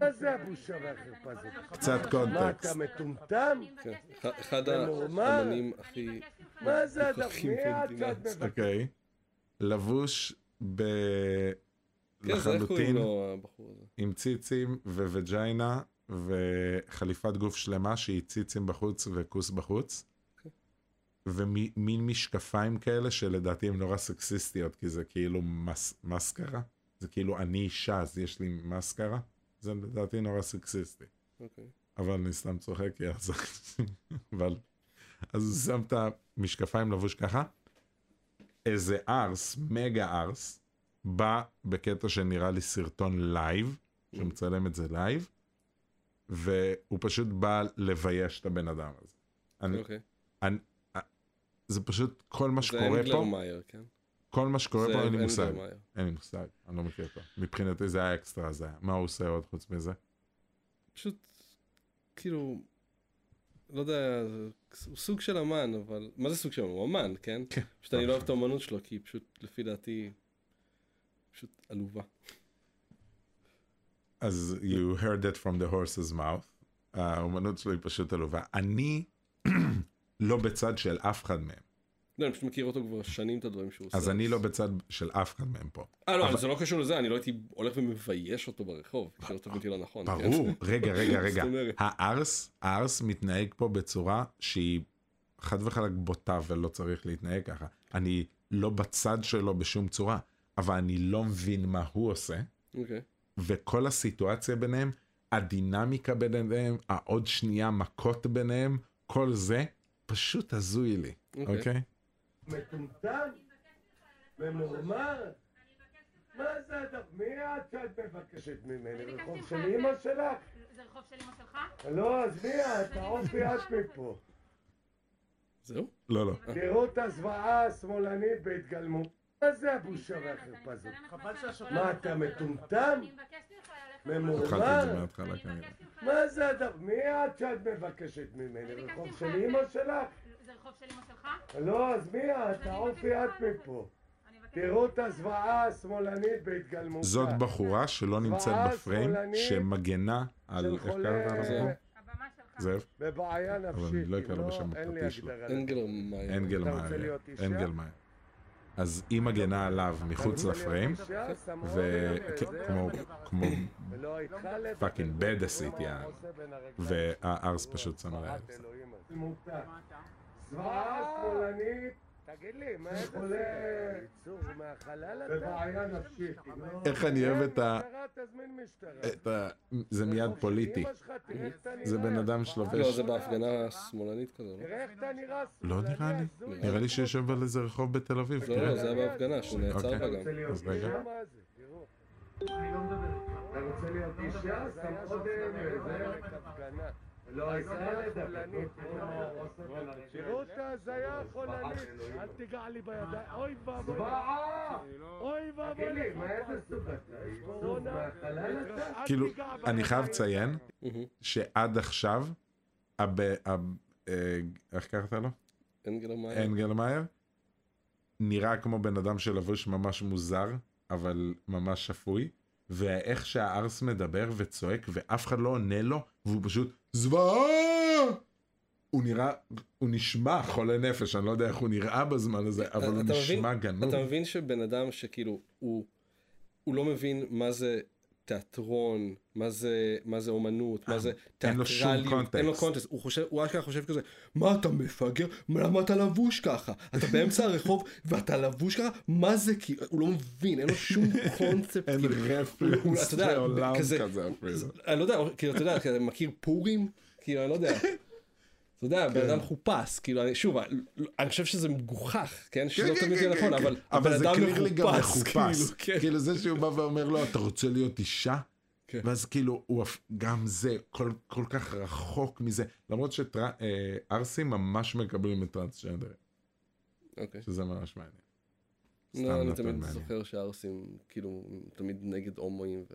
[SPEAKER 6] מה זה הבושה והחרפה הזאת?
[SPEAKER 1] אה,
[SPEAKER 2] קצת
[SPEAKER 6] מה, אתה
[SPEAKER 2] קונטקסט.
[SPEAKER 6] מטומטם?
[SPEAKER 1] כן. אח- אחד
[SPEAKER 6] נורמל.
[SPEAKER 1] האמנים הכי...
[SPEAKER 6] מה זה הדבר?
[SPEAKER 1] מוכרחים
[SPEAKER 6] מי את
[SPEAKER 1] במדינה.
[SPEAKER 6] שאת מבקשת?
[SPEAKER 2] אוקיי. לבוש ב...
[SPEAKER 1] כן, זה איך קוראים
[SPEAKER 2] לחלוטין
[SPEAKER 1] לו הבחור הזה?
[SPEAKER 2] עם ציצים ווג'יינה וחליפת גוף שלמה שהיא ציצים בחוץ וכוס בחוץ. ומין משקפיים כאלה שלדעתי הן נורא סקסיסטיות, כי זה כאילו מס, מסקרה. זה כאילו אני אישה, אז יש לי מסקרה. זה לדעתי נורא סקסיסטי.
[SPEAKER 1] אוקיי.
[SPEAKER 2] אבל אני סתם צוחק, כי אז... אבל... אז הוא שם את המשקפיים לבוש ככה. איזה ארס, מגה ארס, בא בקטע שנראה לי סרטון לייב, שהוא מצלם את זה לייב, והוא פשוט בא לבייש את הבן אדם הזה. אני,
[SPEAKER 1] אוקיי.
[SPEAKER 2] אני, זה פשוט כל מה
[SPEAKER 1] זה
[SPEAKER 2] שקורה פה,
[SPEAKER 1] אנגלרמייר, כן?
[SPEAKER 2] כל מה שקורה פה אין לי
[SPEAKER 1] זה
[SPEAKER 2] מושג.
[SPEAKER 1] אנגלרמייר.
[SPEAKER 2] אין לי מושג, אני לא מכיר אותו. מבחינתי זה היה אקסטרה, זה היה. מה הוא עושה עוד חוץ מזה?
[SPEAKER 1] פשוט, כאילו, לא יודע, הוא סוג של אמן, אבל... מה זה סוג של אמן? הוא אמן, כן?
[SPEAKER 2] כן.
[SPEAKER 1] פשוט אני לא אוהב את האמנות שלו, כי היא פשוט, לפי דעתי, פשוט עלובה.
[SPEAKER 2] אז you heard that from the horse's mouth. האומנות שלו היא פשוט עלובה. אני לא בצד של אף אחד מהם.
[SPEAKER 1] לא, אני פשוט מכיר אותו כבר שנים את הדברים שהוא עושה.
[SPEAKER 2] אז אני לא בצד של אף אחד מהם פה.
[SPEAKER 1] אה, לא, אבל... זה לא קשור לזה, אני לא הייתי הולך ומבייש אותו ברחוב, שלא תבין אותי לא נכון. כן?
[SPEAKER 2] אה, ברור. רגע, רגע, רגע.
[SPEAKER 1] זאת אומרת.
[SPEAKER 2] הארס, הארס מתנהג פה בצורה שהיא חד וחלק בוטה ולא צריך להתנהג ככה. אני לא בצד שלו בשום צורה, אבל אני לא מבין מה הוא עושה.
[SPEAKER 1] אוקיי.
[SPEAKER 2] וכל הסיטואציה ביניהם, הדינמיקה ביניהם, העוד שנייה מכות ביניהם, כל זה פשוט הזוי לי,
[SPEAKER 1] אוקיי.
[SPEAKER 2] אוקיי?
[SPEAKER 6] מטומטם? ממורמר? מה זה הדבר? מי את שאת מבקשת ממני?
[SPEAKER 7] ביקשתי
[SPEAKER 6] רחוב
[SPEAKER 7] ממך
[SPEAKER 6] של
[SPEAKER 7] יפה.
[SPEAKER 6] אימא שלך?
[SPEAKER 7] זה רחוב של אמא שלך?
[SPEAKER 6] לא, אז מי את?
[SPEAKER 7] אני
[SPEAKER 6] העופי
[SPEAKER 7] מבקשת
[SPEAKER 6] את
[SPEAKER 7] ממך.
[SPEAKER 6] מפה.
[SPEAKER 1] זהו?
[SPEAKER 2] לא, לא.
[SPEAKER 6] תראו את הזוועה השמאלנית בהתגלמות. מה זה הבושה והחרפה הזאת? מה, לא אתה מטומטם?
[SPEAKER 7] אני מבקשת ממך ללכת.
[SPEAKER 6] ממורמר?
[SPEAKER 2] התחלתי את זה מההתחלה
[SPEAKER 7] אני
[SPEAKER 2] כנראה.
[SPEAKER 7] מבקשת ממך
[SPEAKER 6] מה זה הדבר? מי את שאת מבקשת ממני?
[SPEAKER 7] אני ביקשתי
[SPEAKER 6] רחוב
[SPEAKER 7] ממך
[SPEAKER 6] של
[SPEAKER 7] יפה.
[SPEAKER 6] אימא שלך?
[SPEAKER 7] זה רחוב של אמא שלך?
[SPEAKER 6] לא, אז מי את?
[SPEAKER 7] אני
[SPEAKER 6] העופי
[SPEAKER 7] מבקשת
[SPEAKER 6] את
[SPEAKER 7] ממך
[SPEAKER 6] מפה.
[SPEAKER 7] אני מבקשת
[SPEAKER 6] תראו
[SPEAKER 7] ממך.
[SPEAKER 6] את הזוועה השמאלנית בהתגלמותה.
[SPEAKER 2] זאת בחורה שלא נמצאת בפריים, שמגנה על...
[SPEAKER 6] של
[SPEAKER 2] איך קראת
[SPEAKER 6] חולה-
[SPEAKER 2] לזה? נכון?
[SPEAKER 7] הבמה שלך.
[SPEAKER 2] זאב?
[SPEAKER 6] בבעיה נפשית.
[SPEAKER 2] אני לא
[SPEAKER 6] אם
[SPEAKER 2] אקרא לו בשם
[SPEAKER 6] אין לי
[SPEAKER 2] הפרטי שלו.
[SPEAKER 6] הגדרה.
[SPEAKER 1] אנגלרמייר.
[SPEAKER 6] אתה רוצה
[SPEAKER 2] אנגלמאייר.
[SPEAKER 6] להיות אישה?
[SPEAKER 2] אנגלמאייר. אז היא מגנה עליו מחוץ
[SPEAKER 6] אתה רוצה
[SPEAKER 2] לפריים,
[SPEAKER 6] להיות אישה? שמאל, יפה, זה-
[SPEAKER 2] וכמו... כן, כמו...
[SPEAKER 6] ולא התחלת.
[SPEAKER 2] fucking bad עשית, יא.
[SPEAKER 6] עושה בין הרגליים.
[SPEAKER 2] והארס פשוט שם עליה.
[SPEAKER 6] זוועת אלוהים הזאת. זוועה שמאלנית. אה! תגיד לי, מה זה? חולה... ייצור מהחלל אתה? בבעיה נפשית.
[SPEAKER 2] איך אני אוהב את ה...
[SPEAKER 6] תזמין משטרה.
[SPEAKER 2] את ה... זה מיד פוליטי.
[SPEAKER 6] אמא שלך, תראה איך אתה
[SPEAKER 2] זה
[SPEAKER 6] נראה,
[SPEAKER 2] בן אדם
[SPEAKER 6] זוועה
[SPEAKER 2] שלובש-
[SPEAKER 1] לא, זה
[SPEAKER 6] שמאלנית.
[SPEAKER 1] בהפגנה השמאלנית כזו, לא?
[SPEAKER 6] תראה איך אתה נראה
[SPEAKER 2] לא
[SPEAKER 6] שמאלני
[SPEAKER 2] נראה לי.
[SPEAKER 6] הזוי.
[SPEAKER 2] נראה לי שיושב על איזה רחוב בתל אביב.
[SPEAKER 1] לא,
[SPEAKER 2] תראה.
[SPEAKER 1] לא, זה היה בהפגנה, שהוא נעצר
[SPEAKER 2] אוקיי.
[SPEAKER 1] בה גם.
[SPEAKER 2] אז רגע.
[SPEAKER 6] תראה מה זה, תראו. לא אתה רוצה להיות אישה? סתם עוד אה, הפגנה. לא, ישראל לדבר. תראו את ההזיה החולנית. אל תיגע לי בידיים. אוי ואבוי. לא- זוועה! אה, אוי ואבוי. תגיד לי, מאיזה סוג אתה? יש קורונה?
[SPEAKER 2] כאילו, אני חייב לציין
[SPEAKER 1] מהמם.
[SPEAKER 2] שעד עכשיו, הב... הב- אה, איך קראת לו?
[SPEAKER 1] אנגלרמייר.
[SPEAKER 2] אנגלמאייר? נראה כמו בן אדם שלבוש ממש מוזר, אבל ממש שפוי. ואיך שהארס מדבר וצועק ואף אחד לא עונה לו, והוא פשוט זוועה! הוא נראה, הוא נשמע חולה נפש, אני לא יודע איך הוא נראה בזמן הזה, אבל
[SPEAKER 1] אתה
[SPEAKER 2] הוא
[SPEAKER 1] מבין-
[SPEAKER 2] נשמע גנוב.
[SPEAKER 1] אתה מבין שבן אדם שכאילו, הוא הוא לא מבין מה זה תיאטרון, מה זה מה זה אומנות, מה זה
[SPEAKER 2] אה, אין לו שום
[SPEAKER 1] תיאטרליות, אין לו
[SPEAKER 2] קונטקסט.
[SPEAKER 1] קונטקסט, הוא חושב, הוא אשכרה חושב כזה, מה אתה מפגר? למה אתה לבוש ככה? אתה באמצע הרחוב ואתה לבוש ככה? מה זה כאילו? הוא לא מבין, אין לו שום קונספט.
[SPEAKER 2] אין
[SPEAKER 1] כאילו. הוא-
[SPEAKER 2] רפרנס
[SPEAKER 1] אתה יודע,
[SPEAKER 2] לעולם
[SPEAKER 1] כזה-
[SPEAKER 2] כזה אפילו.
[SPEAKER 1] אני לא יודע, כאילו, אתה יודע, כאילו, אתה מכיר פורים? כאילו, אני לא יודע. אתה יודע, בן אדם חופש, כאילו, אני- שוב, אני- אני חושב שזה מגוחך, כן? שזה לא תמיד יהיה נכון, אבל הבן
[SPEAKER 2] כן. אבל זה
[SPEAKER 1] אדם
[SPEAKER 2] קלירלי גם מחופש.
[SPEAKER 1] כאילו, כן.
[SPEAKER 2] כאילו זה שהוא בא ואומר לו, אתה רוצה להיות אישה?
[SPEAKER 1] כן.
[SPEAKER 2] ואז כאילו, הוא אף- גם זה כל, כל כך רחוק מזה, למרות שערסים ממש מקבלים את טרנסג'נדרים,
[SPEAKER 1] אוקיי.
[SPEAKER 2] שזה ממש מעניין. סתם
[SPEAKER 1] לא, אני
[SPEAKER 2] נתון
[SPEAKER 1] תמיד
[SPEAKER 2] מעניין.
[SPEAKER 1] זוכר שהערסים, כאילו, תמיד נגד הומואים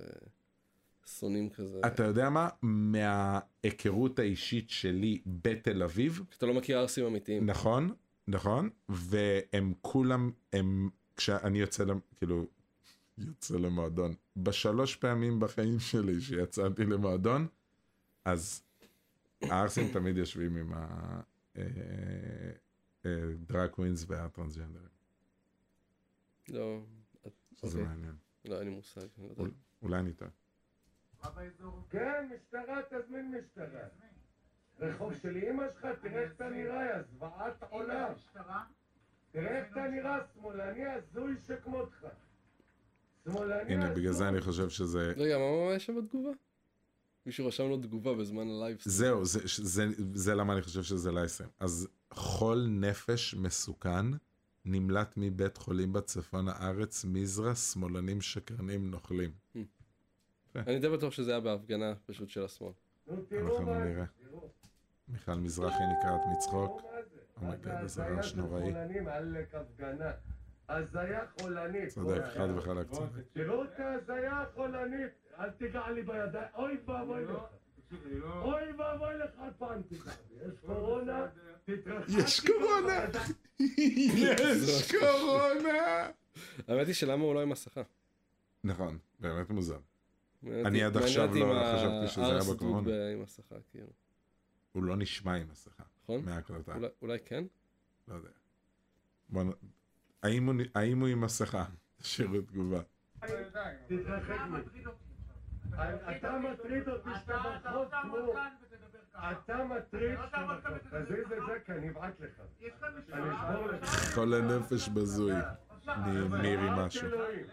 [SPEAKER 1] ושונאים כזה.
[SPEAKER 2] אתה יודע מה? מההיכרות האישית שלי בתל אביב,
[SPEAKER 1] אתה לא מכיר ערסים אמיתיים.
[SPEAKER 2] נכון, נכון, והם כולם, הם, כשאני יוצא, למ- כאילו, יוצא למועדון, בשלוש פעמים בחיים שלי שיצאתי למועדון, אז הערסים תמיד יושבים עם אה, הדרג קווינס והטרנסג'נדרים,
[SPEAKER 1] לא,
[SPEAKER 2] שזה
[SPEAKER 1] אוקיי.
[SPEAKER 2] מעניין.
[SPEAKER 1] לא, אין לי מושג. אני לא יודע.
[SPEAKER 2] אול- אולי אני טועה.
[SPEAKER 6] כן, משטרה, תזמין משטרה. רחוב של אימא שלך, תראה איך אתה נראה, יא זוועת עולם. תראה איך אתה נראה, שמאלני הזוי שכמותך. שמאלני
[SPEAKER 2] הנה,
[SPEAKER 6] הזוי.
[SPEAKER 2] בגלל זה אני חושב שזה...
[SPEAKER 1] רגע, מה מה היה שם בתגובה? מישהו רשם לו תגובה בזמן הלייב.
[SPEAKER 2] זהו, זה, זה, זה למה אני חושב שזה לייסם. אז חול נפש מסוכן נמלט מבית חולים בצפון הארץ, מזרע, שמאלנים שקרנים נוכלים.
[SPEAKER 1] אני די בטוח שזה היה בהפגנה פשוט של השמאל.
[SPEAKER 6] נו, תראו
[SPEAKER 2] אנחנו
[SPEAKER 6] מה
[SPEAKER 2] נראה.
[SPEAKER 6] זה, תראו.
[SPEAKER 2] מיכל מזרחי נקרעת מצחוק.
[SPEAKER 6] מה זה?
[SPEAKER 2] אומייגאד,
[SPEAKER 6] אז
[SPEAKER 2] איזה
[SPEAKER 6] ההזיה
[SPEAKER 2] רעש
[SPEAKER 6] של
[SPEAKER 2] נוראי.
[SPEAKER 6] חולנים, עלק הפגנה. הזיה חולנית.
[SPEAKER 2] צודק,
[SPEAKER 6] בוא'נה.
[SPEAKER 2] חד וחלק צודק.
[SPEAKER 6] תראו את ההזיה החולנית, אל תיגע לי בידיים, אוי ואבוי לך. אוי ואבוי לך, עוד פעם תיגע לי. יש קורונה, תתרחק.
[SPEAKER 2] יש קורונה! יש קורונה!
[SPEAKER 1] האמת היא שלמה הוא לא עם מסכה.
[SPEAKER 2] נכון, באמת מוזר.
[SPEAKER 1] מעניין
[SPEAKER 2] אני
[SPEAKER 1] אותי-
[SPEAKER 2] עד עכשיו
[SPEAKER 1] מעניין אותי
[SPEAKER 2] לא
[SPEAKER 1] אם
[SPEAKER 2] חשבתי שזה היה
[SPEAKER 1] ה-R סטוד
[SPEAKER 2] בקורונה.
[SPEAKER 1] ב- עם מסכה, כאילו.
[SPEAKER 2] הוא לא נשמע עם מסכה,
[SPEAKER 1] נכון?
[SPEAKER 2] מההקלטה,
[SPEAKER 1] אולי- אולי כן?
[SPEAKER 2] לא יודע. בוא נ- האם הוא נ- האם הוא עם מסכה? תשאירו תגובה.
[SPEAKER 6] תתרחק ממני. אתה מטריד אותי לא שאתה ברחוב כמו... אתה לא מטריד שאתה ברחוב. תזיז את זה כי אני אבעט לך. אני אשבור לך.
[SPEAKER 2] חול הנפש בזוי. מירי משהו.
[SPEAKER 6] אלוהים.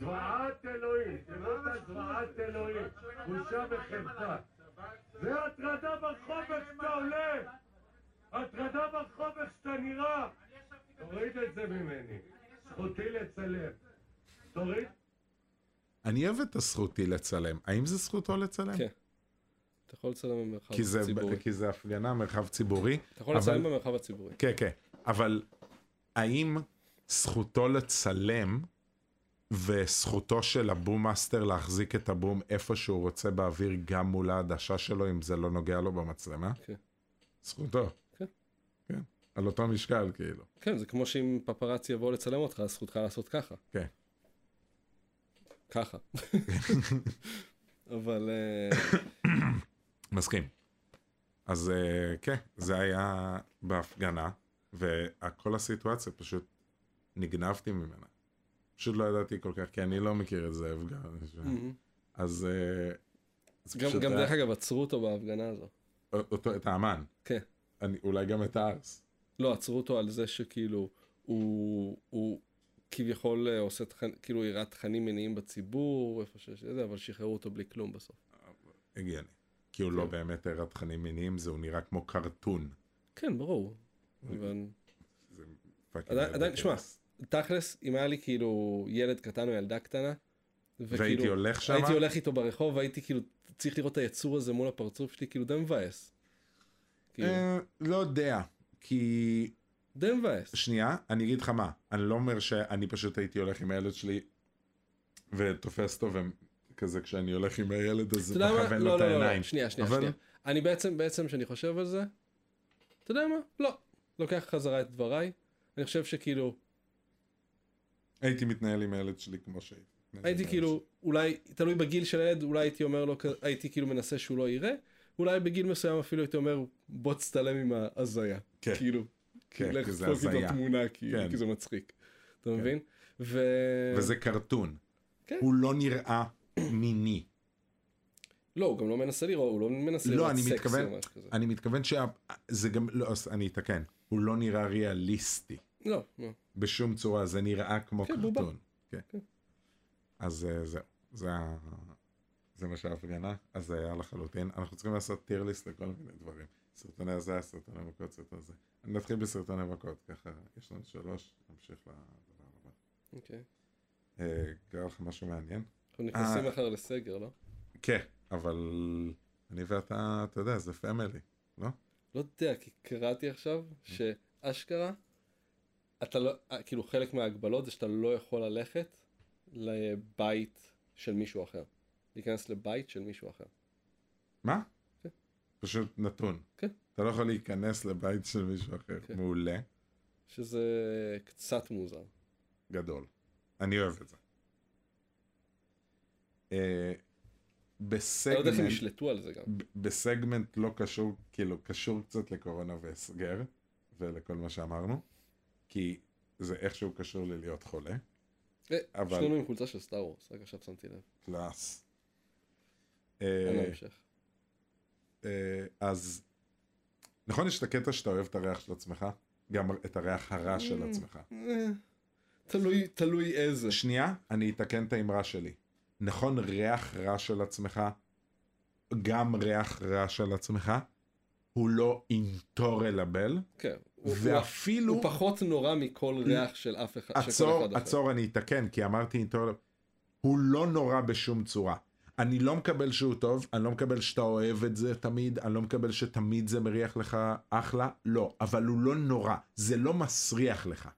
[SPEAKER 6] זוועת אלוהים, לא תראו את הזוועת אלוהים, בושה וחרפה. זה הטרדה ברחוב איך שאתה עולה! הטרדה ברחוב איך שאתה נראה! תוריד את זה ממני, זכותי לצלם. תוריד
[SPEAKER 2] אני אוהב את הזכותי לצלם. האם זה זכותו לצלם?
[SPEAKER 1] כן. אתה יכול לצלם במרחב
[SPEAKER 2] כי זה-
[SPEAKER 1] הציבורי.
[SPEAKER 2] כי זה הפגנה, מרחב ציבורי.
[SPEAKER 1] אתה יכול
[SPEAKER 2] אבל-
[SPEAKER 1] לצלם במרחב הציבורי.
[SPEAKER 2] כן, כן. אבל האם זכותו לצלם וזכותו של הבום מאסטר להחזיק את הבום איפה שהוא רוצה באוויר גם מול העדשה שלו, אם זה לא נוגע לו במצלמה?
[SPEAKER 1] כן.
[SPEAKER 2] זכותו.
[SPEAKER 1] כן.
[SPEAKER 2] כן. על אותו משקל, כאילו.
[SPEAKER 1] כן, זה כמו שאם פפרצי יבוא לצלם אותך, אז זכותך לעשות ככה.
[SPEAKER 2] כן.
[SPEAKER 1] ככה. אבל... אה,
[SPEAKER 2] מסכים. אז אה, כן, זה היה בהפגנה, וכל הסיטואציה פשוט נגנבתי ממנה. פשוט לא ידעתי כל כך, כי אני לא מכיר את זה, הפגנה. אז... אה, זה
[SPEAKER 1] Mm. גם,
[SPEAKER 2] פשוט אה?
[SPEAKER 1] גם
[SPEAKER 2] היה-
[SPEAKER 1] דרך אגב, עצרו אותו בהפגנה הזו.
[SPEAKER 2] אותו, את האמן.
[SPEAKER 1] כן.
[SPEAKER 2] אני, אולי גם את הארס.
[SPEAKER 1] לא, עצרו אותו על זה שכאילו, הוא, הוא כביכול אה, עושה תכן, כאילו הראה תכנים מיניים בציבור, איפה שיש את זה, אבל שחררו אותו בלי כלום בסוף.
[SPEAKER 2] הגיוני. כי הוא לא באמת הראה תכנים מיניים, זה הוא נראה כמו קרטון.
[SPEAKER 1] כן, ברור. אבל...
[SPEAKER 2] זה פאקינג...
[SPEAKER 1] עדיין, עדיין, שמע,
[SPEAKER 2] ridiculous.
[SPEAKER 1] תכלס, אם היה לי כאילו ילד קטן או ילדה קטנה, וכאילו...
[SPEAKER 2] והייתי הולך שם,
[SPEAKER 1] הייתי הולך איתו ברחוב, והייתי כאילו, צריך לראות את היצור הזה מול הפרצוף שלי, כאילו די מבאס. כאילו,
[SPEAKER 2] אה, לא יודע. כי
[SPEAKER 1] די מבאס.
[SPEAKER 2] שנייה, אני אגיד לך מה, אני לא אומר שאני פשוט הייתי הולך עם הילד שלי ותופס אותו וכזה כשאני הולך עם הילד אז
[SPEAKER 1] אתה יודע מה?
[SPEAKER 2] מכוון לו
[SPEAKER 1] לא,
[SPEAKER 2] את
[SPEAKER 1] לא, לא,
[SPEAKER 2] העיניים.
[SPEAKER 1] לא, שנייה, שנייה,
[SPEAKER 2] אבל-
[SPEAKER 1] שנייה. אני בעצם, בעצם, כשאני חושב על זה, אתה יודע מה? לא. לוקח חזרה את דבריי. אני חושב שכאילו,
[SPEAKER 2] הייתי מתנהל עם הילד שלי כמו כן. שהייתי. מתנהל עם
[SPEAKER 1] הייתי
[SPEAKER 2] הילד
[SPEAKER 1] כאילו, אולי, תלוי בגיל של הילד, אולי הייתי אומר לו, כ- הייתי כאילו מנסה שהוא לא יראה, אולי בגיל מסוים אפילו הייתי אומר, בוא תצטלם עם ההזיה.
[SPEAKER 2] כן.
[SPEAKER 1] כאילו,
[SPEAKER 2] שלי. כן,
[SPEAKER 1] לך
[SPEAKER 2] כי זה
[SPEAKER 1] תפוס איתו
[SPEAKER 2] הזיה.
[SPEAKER 1] תמונה, כאילו,
[SPEAKER 2] כן.
[SPEAKER 1] כי זה מצחיק. אתה מבין? ו...
[SPEAKER 2] וזה קרטון.
[SPEAKER 1] אה, כן.
[SPEAKER 2] הוא לא נראה מיני.
[SPEAKER 1] לא, הוא גם לא מנסה לראות, הוא לא מנסה
[SPEAKER 2] לא,
[SPEAKER 1] לראות
[SPEAKER 2] אני
[SPEAKER 1] סקסי
[SPEAKER 2] מתכוון-
[SPEAKER 1] או משהו כזה.
[SPEAKER 2] אני מתכוון שה... זה גם... לא, אז אני אתקן. הוא לא נראה ריאליסטי
[SPEAKER 1] לא, לא.
[SPEAKER 2] בשום צורה, זה נראה כמו
[SPEAKER 1] כן, בובה.
[SPEAKER 2] קרטון. כן. אז אה, זהו. זה ה... זה מה שההפגנה, אז זה היה לחלוטין. אנחנו צריכים לעשות טיר ליסט לכל מיני דברים. סרטוני הזיה, סרטוני מכות, סרטון זה. נתחיל בסרטוני מכות, ככה יש לנו שלוש, נמשיך לדבר הבא.
[SPEAKER 1] אוקיי.
[SPEAKER 2] אה, קרה לך משהו מעניין?
[SPEAKER 1] אנחנו נכנסים
[SPEAKER 2] אה.
[SPEAKER 1] מחר לסגר, לא?
[SPEAKER 2] כן, אבל אני ואתה, אתה יודע, זה פמילי, לא?
[SPEAKER 1] לא יודע, כי קראתי עכשיו שאשכרה, אתה לא, אה, כאילו חלק מההגבלות זה שאתה לא יכול ללכת לבית של מישהו אחר. להיכנס לבית של מישהו אחר.
[SPEAKER 2] מה?
[SPEAKER 1] כן.
[SPEAKER 2] פשוט נתון.
[SPEAKER 1] כן.
[SPEAKER 2] אתה לא יכול להיכנס לבית של מישהו אחר.
[SPEAKER 1] כן.
[SPEAKER 2] מעולה,
[SPEAKER 1] שזה קצת מוזר.
[SPEAKER 2] גדול. אני אוהב את זה. אה,
[SPEAKER 1] אני לא יודע איך הם
[SPEAKER 2] בסגמנט,
[SPEAKER 1] ישלטו על זה גם.
[SPEAKER 2] ב- בסגמנט לא קשור, כאילו, קשור קצת לקורונה והסגר, ולכל מה שאמרנו, כי זה איכשהו קשור לי להיות חולה.
[SPEAKER 1] אה,
[SPEAKER 2] אבל-
[SPEAKER 1] שנינו עם חולצה של סטאר וורס, רק עכשיו שמתי לב.
[SPEAKER 2] קלאס.
[SPEAKER 1] אין
[SPEAKER 2] אה,
[SPEAKER 1] להמשך.
[SPEAKER 2] אה, אז נכון יש את הקטע שאתה אוהב את הריח של עצמך? גם את הריח הרע של עצמך.
[SPEAKER 1] אה, תלוי, תלוי איזה.
[SPEAKER 2] שנייה, אני אתקן את האמרה שלי. נכון ריח רע של עצמך, גם ריח רע של עצמך, הוא לא אינטורלבל,
[SPEAKER 1] כן. הוא-
[SPEAKER 2] ואפילו...
[SPEAKER 1] הוא פחות נורא מכל ריח של אף אחד, של כל
[SPEAKER 2] עצור,
[SPEAKER 1] אחד אחר.
[SPEAKER 2] עצור, אני אתקן, כי אמרתי אינטרלופ. הוא לא נורא בשום צורה. אני לא מקבל שהוא טוב, אני לא מקבל שאתה אוהב את זה תמיד, אני לא מקבל שתמיד זה מריח לך אחלה, לא. אבל הוא לא נורא, זה לא מסריח לך.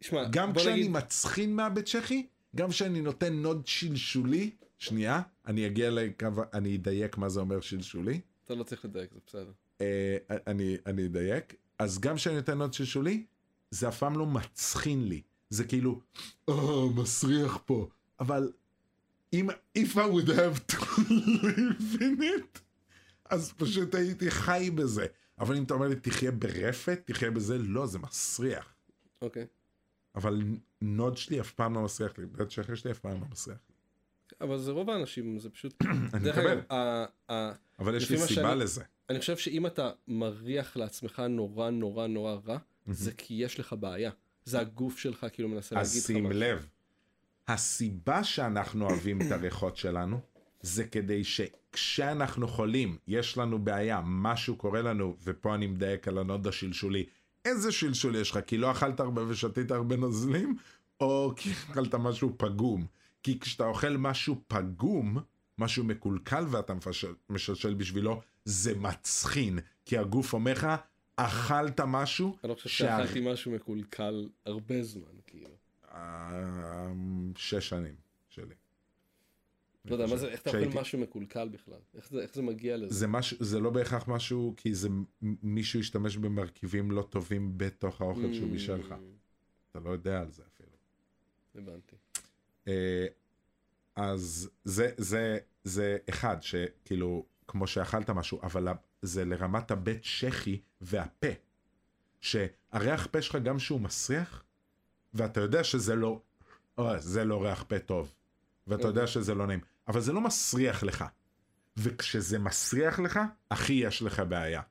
[SPEAKER 1] שמע,
[SPEAKER 2] גם
[SPEAKER 1] בוא
[SPEAKER 2] כשאני
[SPEAKER 1] נגיד-
[SPEAKER 2] מצחין מהבית צ'כי, גם כשאני נותן נוד שלשולי, שנייה, אני אגיע לקו, אני אדייק מה זה אומר שלשולי.
[SPEAKER 1] אתה לא צריך לדייק, זה בסדר.
[SPEAKER 2] אה, אני, אני אדייק. אז גם כשאני נותן עוד שלשולי, זה אף פעם לא מצחין לי. זה כאילו, אה, מסריח פה. אבל אם, if I would have to live in it, אז פשוט הייתי חי בזה. אבל אם אתה אומר לי, תחיה ברפת, תחיה בזה, לא, זה מסריח.
[SPEAKER 1] אוקיי.
[SPEAKER 2] אבל נוד שלי אף פעם לא מסריח לי, בית שחר שלי אף פעם לא מסריח לי.
[SPEAKER 1] אבל זה רוב האנשים, זה פשוט...
[SPEAKER 2] אני
[SPEAKER 1] דרך
[SPEAKER 2] מקבל,
[SPEAKER 1] אגב, ה- ה-
[SPEAKER 2] אבל יש לי
[SPEAKER 1] לפי מה
[SPEAKER 2] סיבה
[SPEAKER 1] שאני-
[SPEAKER 2] לזה.
[SPEAKER 1] אני חושב שאם אתה מריח לעצמך נורא נורא נורא רע, זה כי יש לך בעיה. זה הגוף שלך כאילו מנסה להגיד לך
[SPEAKER 2] אז
[SPEAKER 1] משהו.
[SPEAKER 2] שים לב, הסיבה שאנחנו אוהבים את הריחות שלנו, זה כדי שכשאנחנו חולים, יש לנו בעיה, משהו קורה לנו, ופה אני מדייק על הנוד השלשולי. איזה שלשול יש לך? כי לא אכלת הרבה ושתית הרבה נוזלים, או כי אכלת משהו פגום. כי כשאתה אוכל משהו פגום, משהו מקולקל ואתה מפשל- משלשל בשבילו, זה מצחין. כי הגוף אומר לך, אכלת משהו,
[SPEAKER 1] אני לא חושב
[SPEAKER 2] שה-
[SPEAKER 1] שאכלתי משהו מקולקל הרבה זמן, כאילו.
[SPEAKER 2] אה, שש שנים שלי.
[SPEAKER 1] לא יודע, מה זה, איך אתה
[SPEAKER 2] כשהייתי-
[SPEAKER 1] אוכל משהו מקולקל בכלל? איך זה- איך זה מגיע לזה?
[SPEAKER 2] זה, מש... זה לא בהכרח משהו, כי זה מ- מישהו השתמש במרכיבים לא טובים בתוך האוכל
[SPEAKER 1] Mm.
[SPEAKER 2] שהוא בישל לך. אתה לא יודע על זה אפילו.
[SPEAKER 1] הבנתי.
[SPEAKER 2] אה, אז זה, זה, זה אחד, שכאילו, כמו שאכלת משהו, אבל ה- זה לרמת הבית צ'כי והפה. שהריח פה שלך גם שהוא מסריח, ואתה יודע שזה לא, אוי, זה לא ריח פה טוב. ואתה יודע שזה לא נעים, אבל זה לא מסריח לך. וכשזה מסריח לך, אחי, יש לך בעיה.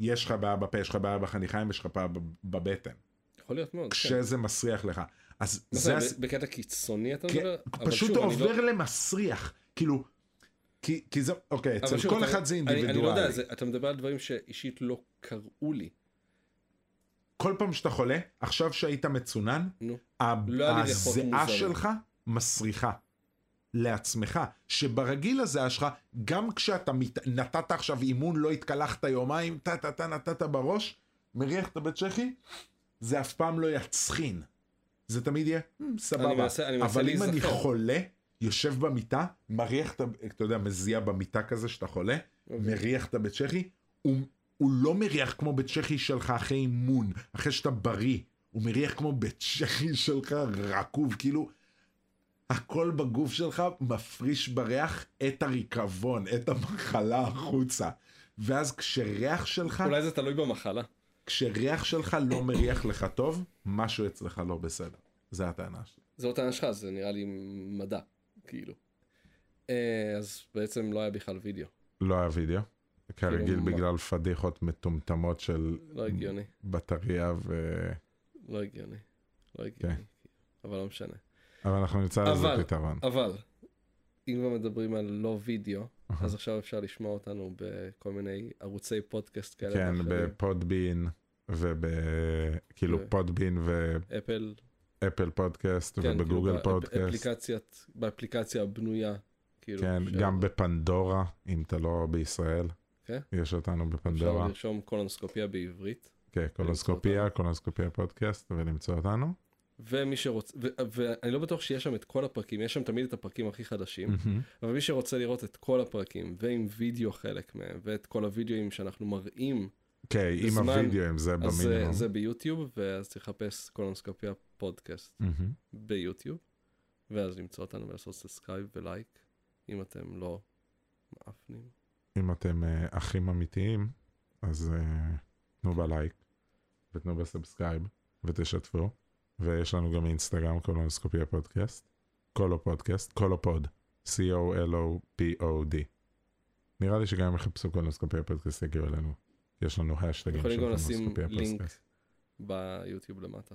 [SPEAKER 2] יש לך בעיה בפה, יש לך בעיה בחניכיים, יש לך בעיה בב- בבטן.
[SPEAKER 1] יכול להיות מאוד. כן.
[SPEAKER 2] כשזה מסריח לך. אז
[SPEAKER 1] מה
[SPEAKER 2] זה...
[SPEAKER 1] ב-
[SPEAKER 2] הס-
[SPEAKER 1] בקטע קיצוני אתה
[SPEAKER 2] כן,
[SPEAKER 1] מדבר? אבל
[SPEAKER 2] פשוט
[SPEAKER 1] שוב, אני לא-
[SPEAKER 2] עובר למסריח, כאילו, כי, כי זה, אוקיי,
[SPEAKER 1] אבל
[SPEAKER 2] אצל
[SPEAKER 1] שוב,
[SPEAKER 2] כל
[SPEAKER 1] אתה-
[SPEAKER 2] אחד זה
[SPEAKER 1] אני- אני לא יודע,
[SPEAKER 2] אינדיבידואלי.
[SPEAKER 1] זה- אתה מדבר על דברים שאישית לא קראו לי.
[SPEAKER 2] כל פעם שאתה חולה, עכשיו שהיית מצונן,
[SPEAKER 1] נו.
[SPEAKER 2] ה-
[SPEAKER 1] לא היה לי ריחות
[SPEAKER 2] הזיעה
[SPEAKER 1] מוזרים.
[SPEAKER 2] שלך מסריחה. לעצמך, שברגיל הזיעה שלך, גם כשאתה מת... נתת עכשיו אימון, לא התקלחת יומיים, טה טה טה נתת בראש, מריח את הבית צ'כי, זה אף פעם לא יצחין. זה תמיד יהיה, "מ,
[SPEAKER 1] אני
[SPEAKER 2] סבבה.
[SPEAKER 1] מנסה- אני מנסה
[SPEAKER 2] אבל אם אני
[SPEAKER 1] להיזכר.
[SPEAKER 2] חולה, יושב במיטה, מריח את ה... אתה יודע, מזיע במיטה כזה שאתה חולה,
[SPEAKER 1] אוקיי.
[SPEAKER 2] מריח את הבית צ'כי, הוא, הוא לא מריח כמו בית צ'כי שלך אחרי אימון, אחרי שאתה בריא. הוא מריח כמו בית צ'כי שלך רקוב, כאילו... הכל בגוף שלך מפריש בריח את הריקבון, את המחלה החוצה. ואז כשריח שלך, אולי...
[SPEAKER 1] אולי זה תלוי במחלה.
[SPEAKER 2] כשריח שלך לא מריח לך טוב, משהו אצלך לא בסדר. זה הטענה שלי.
[SPEAKER 1] זה לא טענה שלך, זה נראה לי מדע, כאילו. אה, אז בעצם לא היה בכלל וידאו,
[SPEAKER 2] לא היה וידאו. כרגיל
[SPEAKER 1] מה?
[SPEAKER 2] בגלל פדיחות מטומטמות של
[SPEAKER 1] לא הגיוני.
[SPEAKER 2] בטריה ו...
[SPEAKER 1] לא הגיוני. לא הגיוני.
[SPEAKER 2] כן.
[SPEAKER 1] אבל לא משנה.
[SPEAKER 2] אבל אנחנו נמצא לזה
[SPEAKER 1] אבל,
[SPEAKER 2] פתרון.
[SPEAKER 1] אבל, אם כבר מדברים על לא וידאו, אז עכשיו אפשר לשמוע אותנו בכל מיני ערוצי פודקאסט כאלה.
[SPEAKER 2] כן,
[SPEAKER 1] ואחרים.
[SPEAKER 2] בפודבין וב... כאילו
[SPEAKER 1] ו-
[SPEAKER 2] פודבין
[SPEAKER 1] אפל,
[SPEAKER 2] ואפל פודקאסט
[SPEAKER 1] כן,
[SPEAKER 2] ובגוגל
[SPEAKER 1] כאילו, באפ-
[SPEAKER 2] פודקאסט.
[SPEAKER 1] אפליקציית, באפליקציה הבנויה, כאילו.
[SPEAKER 2] כן,
[SPEAKER 1] אפשר-
[SPEAKER 2] גם בפנדורה, אם אתה לא בישראל.
[SPEAKER 1] כן?
[SPEAKER 2] יש אותנו
[SPEAKER 1] אפשר
[SPEAKER 2] בפנדורה.
[SPEAKER 1] לרשום קולונוסקופיה בעברית,
[SPEAKER 2] כן, קולוסקופיה, קולוסקופיה פודקאסט, ולמצוא אותנו.
[SPEAKER 1] ומי שרוצה, ו- ואני לא בטוח שיש שם את כל הפרקים, יש שם תמיד את הפרקים הכי חדשים, אבל מי שרוצה לראות את כל הפרקים, ועם וידאו חלק מהם, ואת כל הוידאוים שאנחנו מראים,
[SPEAKER 2] כן,
[SPEAKER 8] אוקיי,
[SPEAKER 2] עם
[SPEAKER 1] בזמן-
[SPEAKER 2] הווידאוים, זה
[SPEAKER 1] אז זה,
[SPEAKER 2] במינימום.
[SPEAKER 1] זה ביוטיוב, ואז צריך לחפש קולונוסקופיה פודקאסט
[SPEAKER 2] מהמם.
[SPEAKER 8] Mm-hmm.
[SPEAKER 1] ביוטיוב, ואז למצוא אותנו ולעשות סאסקייב ולייק, אם אתם לא מאפנים.
[SPEAKER 2] אם אתם אה, אחים אמיתיים, אז אה, תנו בלייק, ותנו בסאבסקרייב, ותשתפו. ויש לנו גם אינסטגרם, קולונוסקופיה פודקאסט. קולו פודקאסט, קולו פוד. C-O-L-O-P-O-D.
[SPEAKER 8] נראה לי שגם אם יחפשו קולונוסקופיה פודקאסט יגיעו אלינו. יש לנו השטגים
[SPEAKER 1] יכולים
[SPEAKER 8] של
[SPEAKER 1] גם לשים
[SPEAKER 8] קולונוסקופיה
[SPEAKER 1] לינק
[SPEAKER 8] פודקאסט.
[SPEAKER 1] ביוטיוב למטה.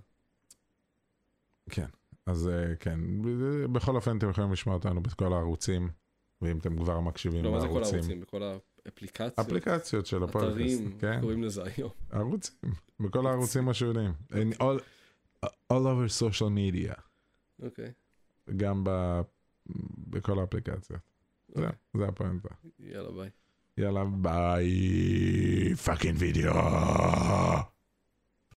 [SPEAKER 8] כן, אז אה, כן, בכל אופן אתם יכולים לשמוע אותנו בכל הערוצים, ואם אתם כבר מקשיבים
[SPEAKER 1] לא, מה זה כל
[SPEAKER 8] לערוצים,
[SPEAKER 1] הערוצים? בכל האפליקציות,
[SPEAKER 8] אפליקציות של הפודקאסט,
[SPEAKER 1] אתרים,
[SPEAKER 8] כן,
[SPEAKER 1] קוראים לזה היום.
[SPEAKER 8] ערוצים, בכל הערוצים השונים, In all, all over social media,
[SPEAKER 1] אוקיי,
[SPEAKER 8] גם ב, בכל האפליקציות. זהו,
[SPEAKER 1] אוקיי.
[SPEAKER 8] זה הפואנטה.
[SPEAKER 1] יאללה ביי.
[SPEAKER 8] יאללה ביי, פאקינג וידאו.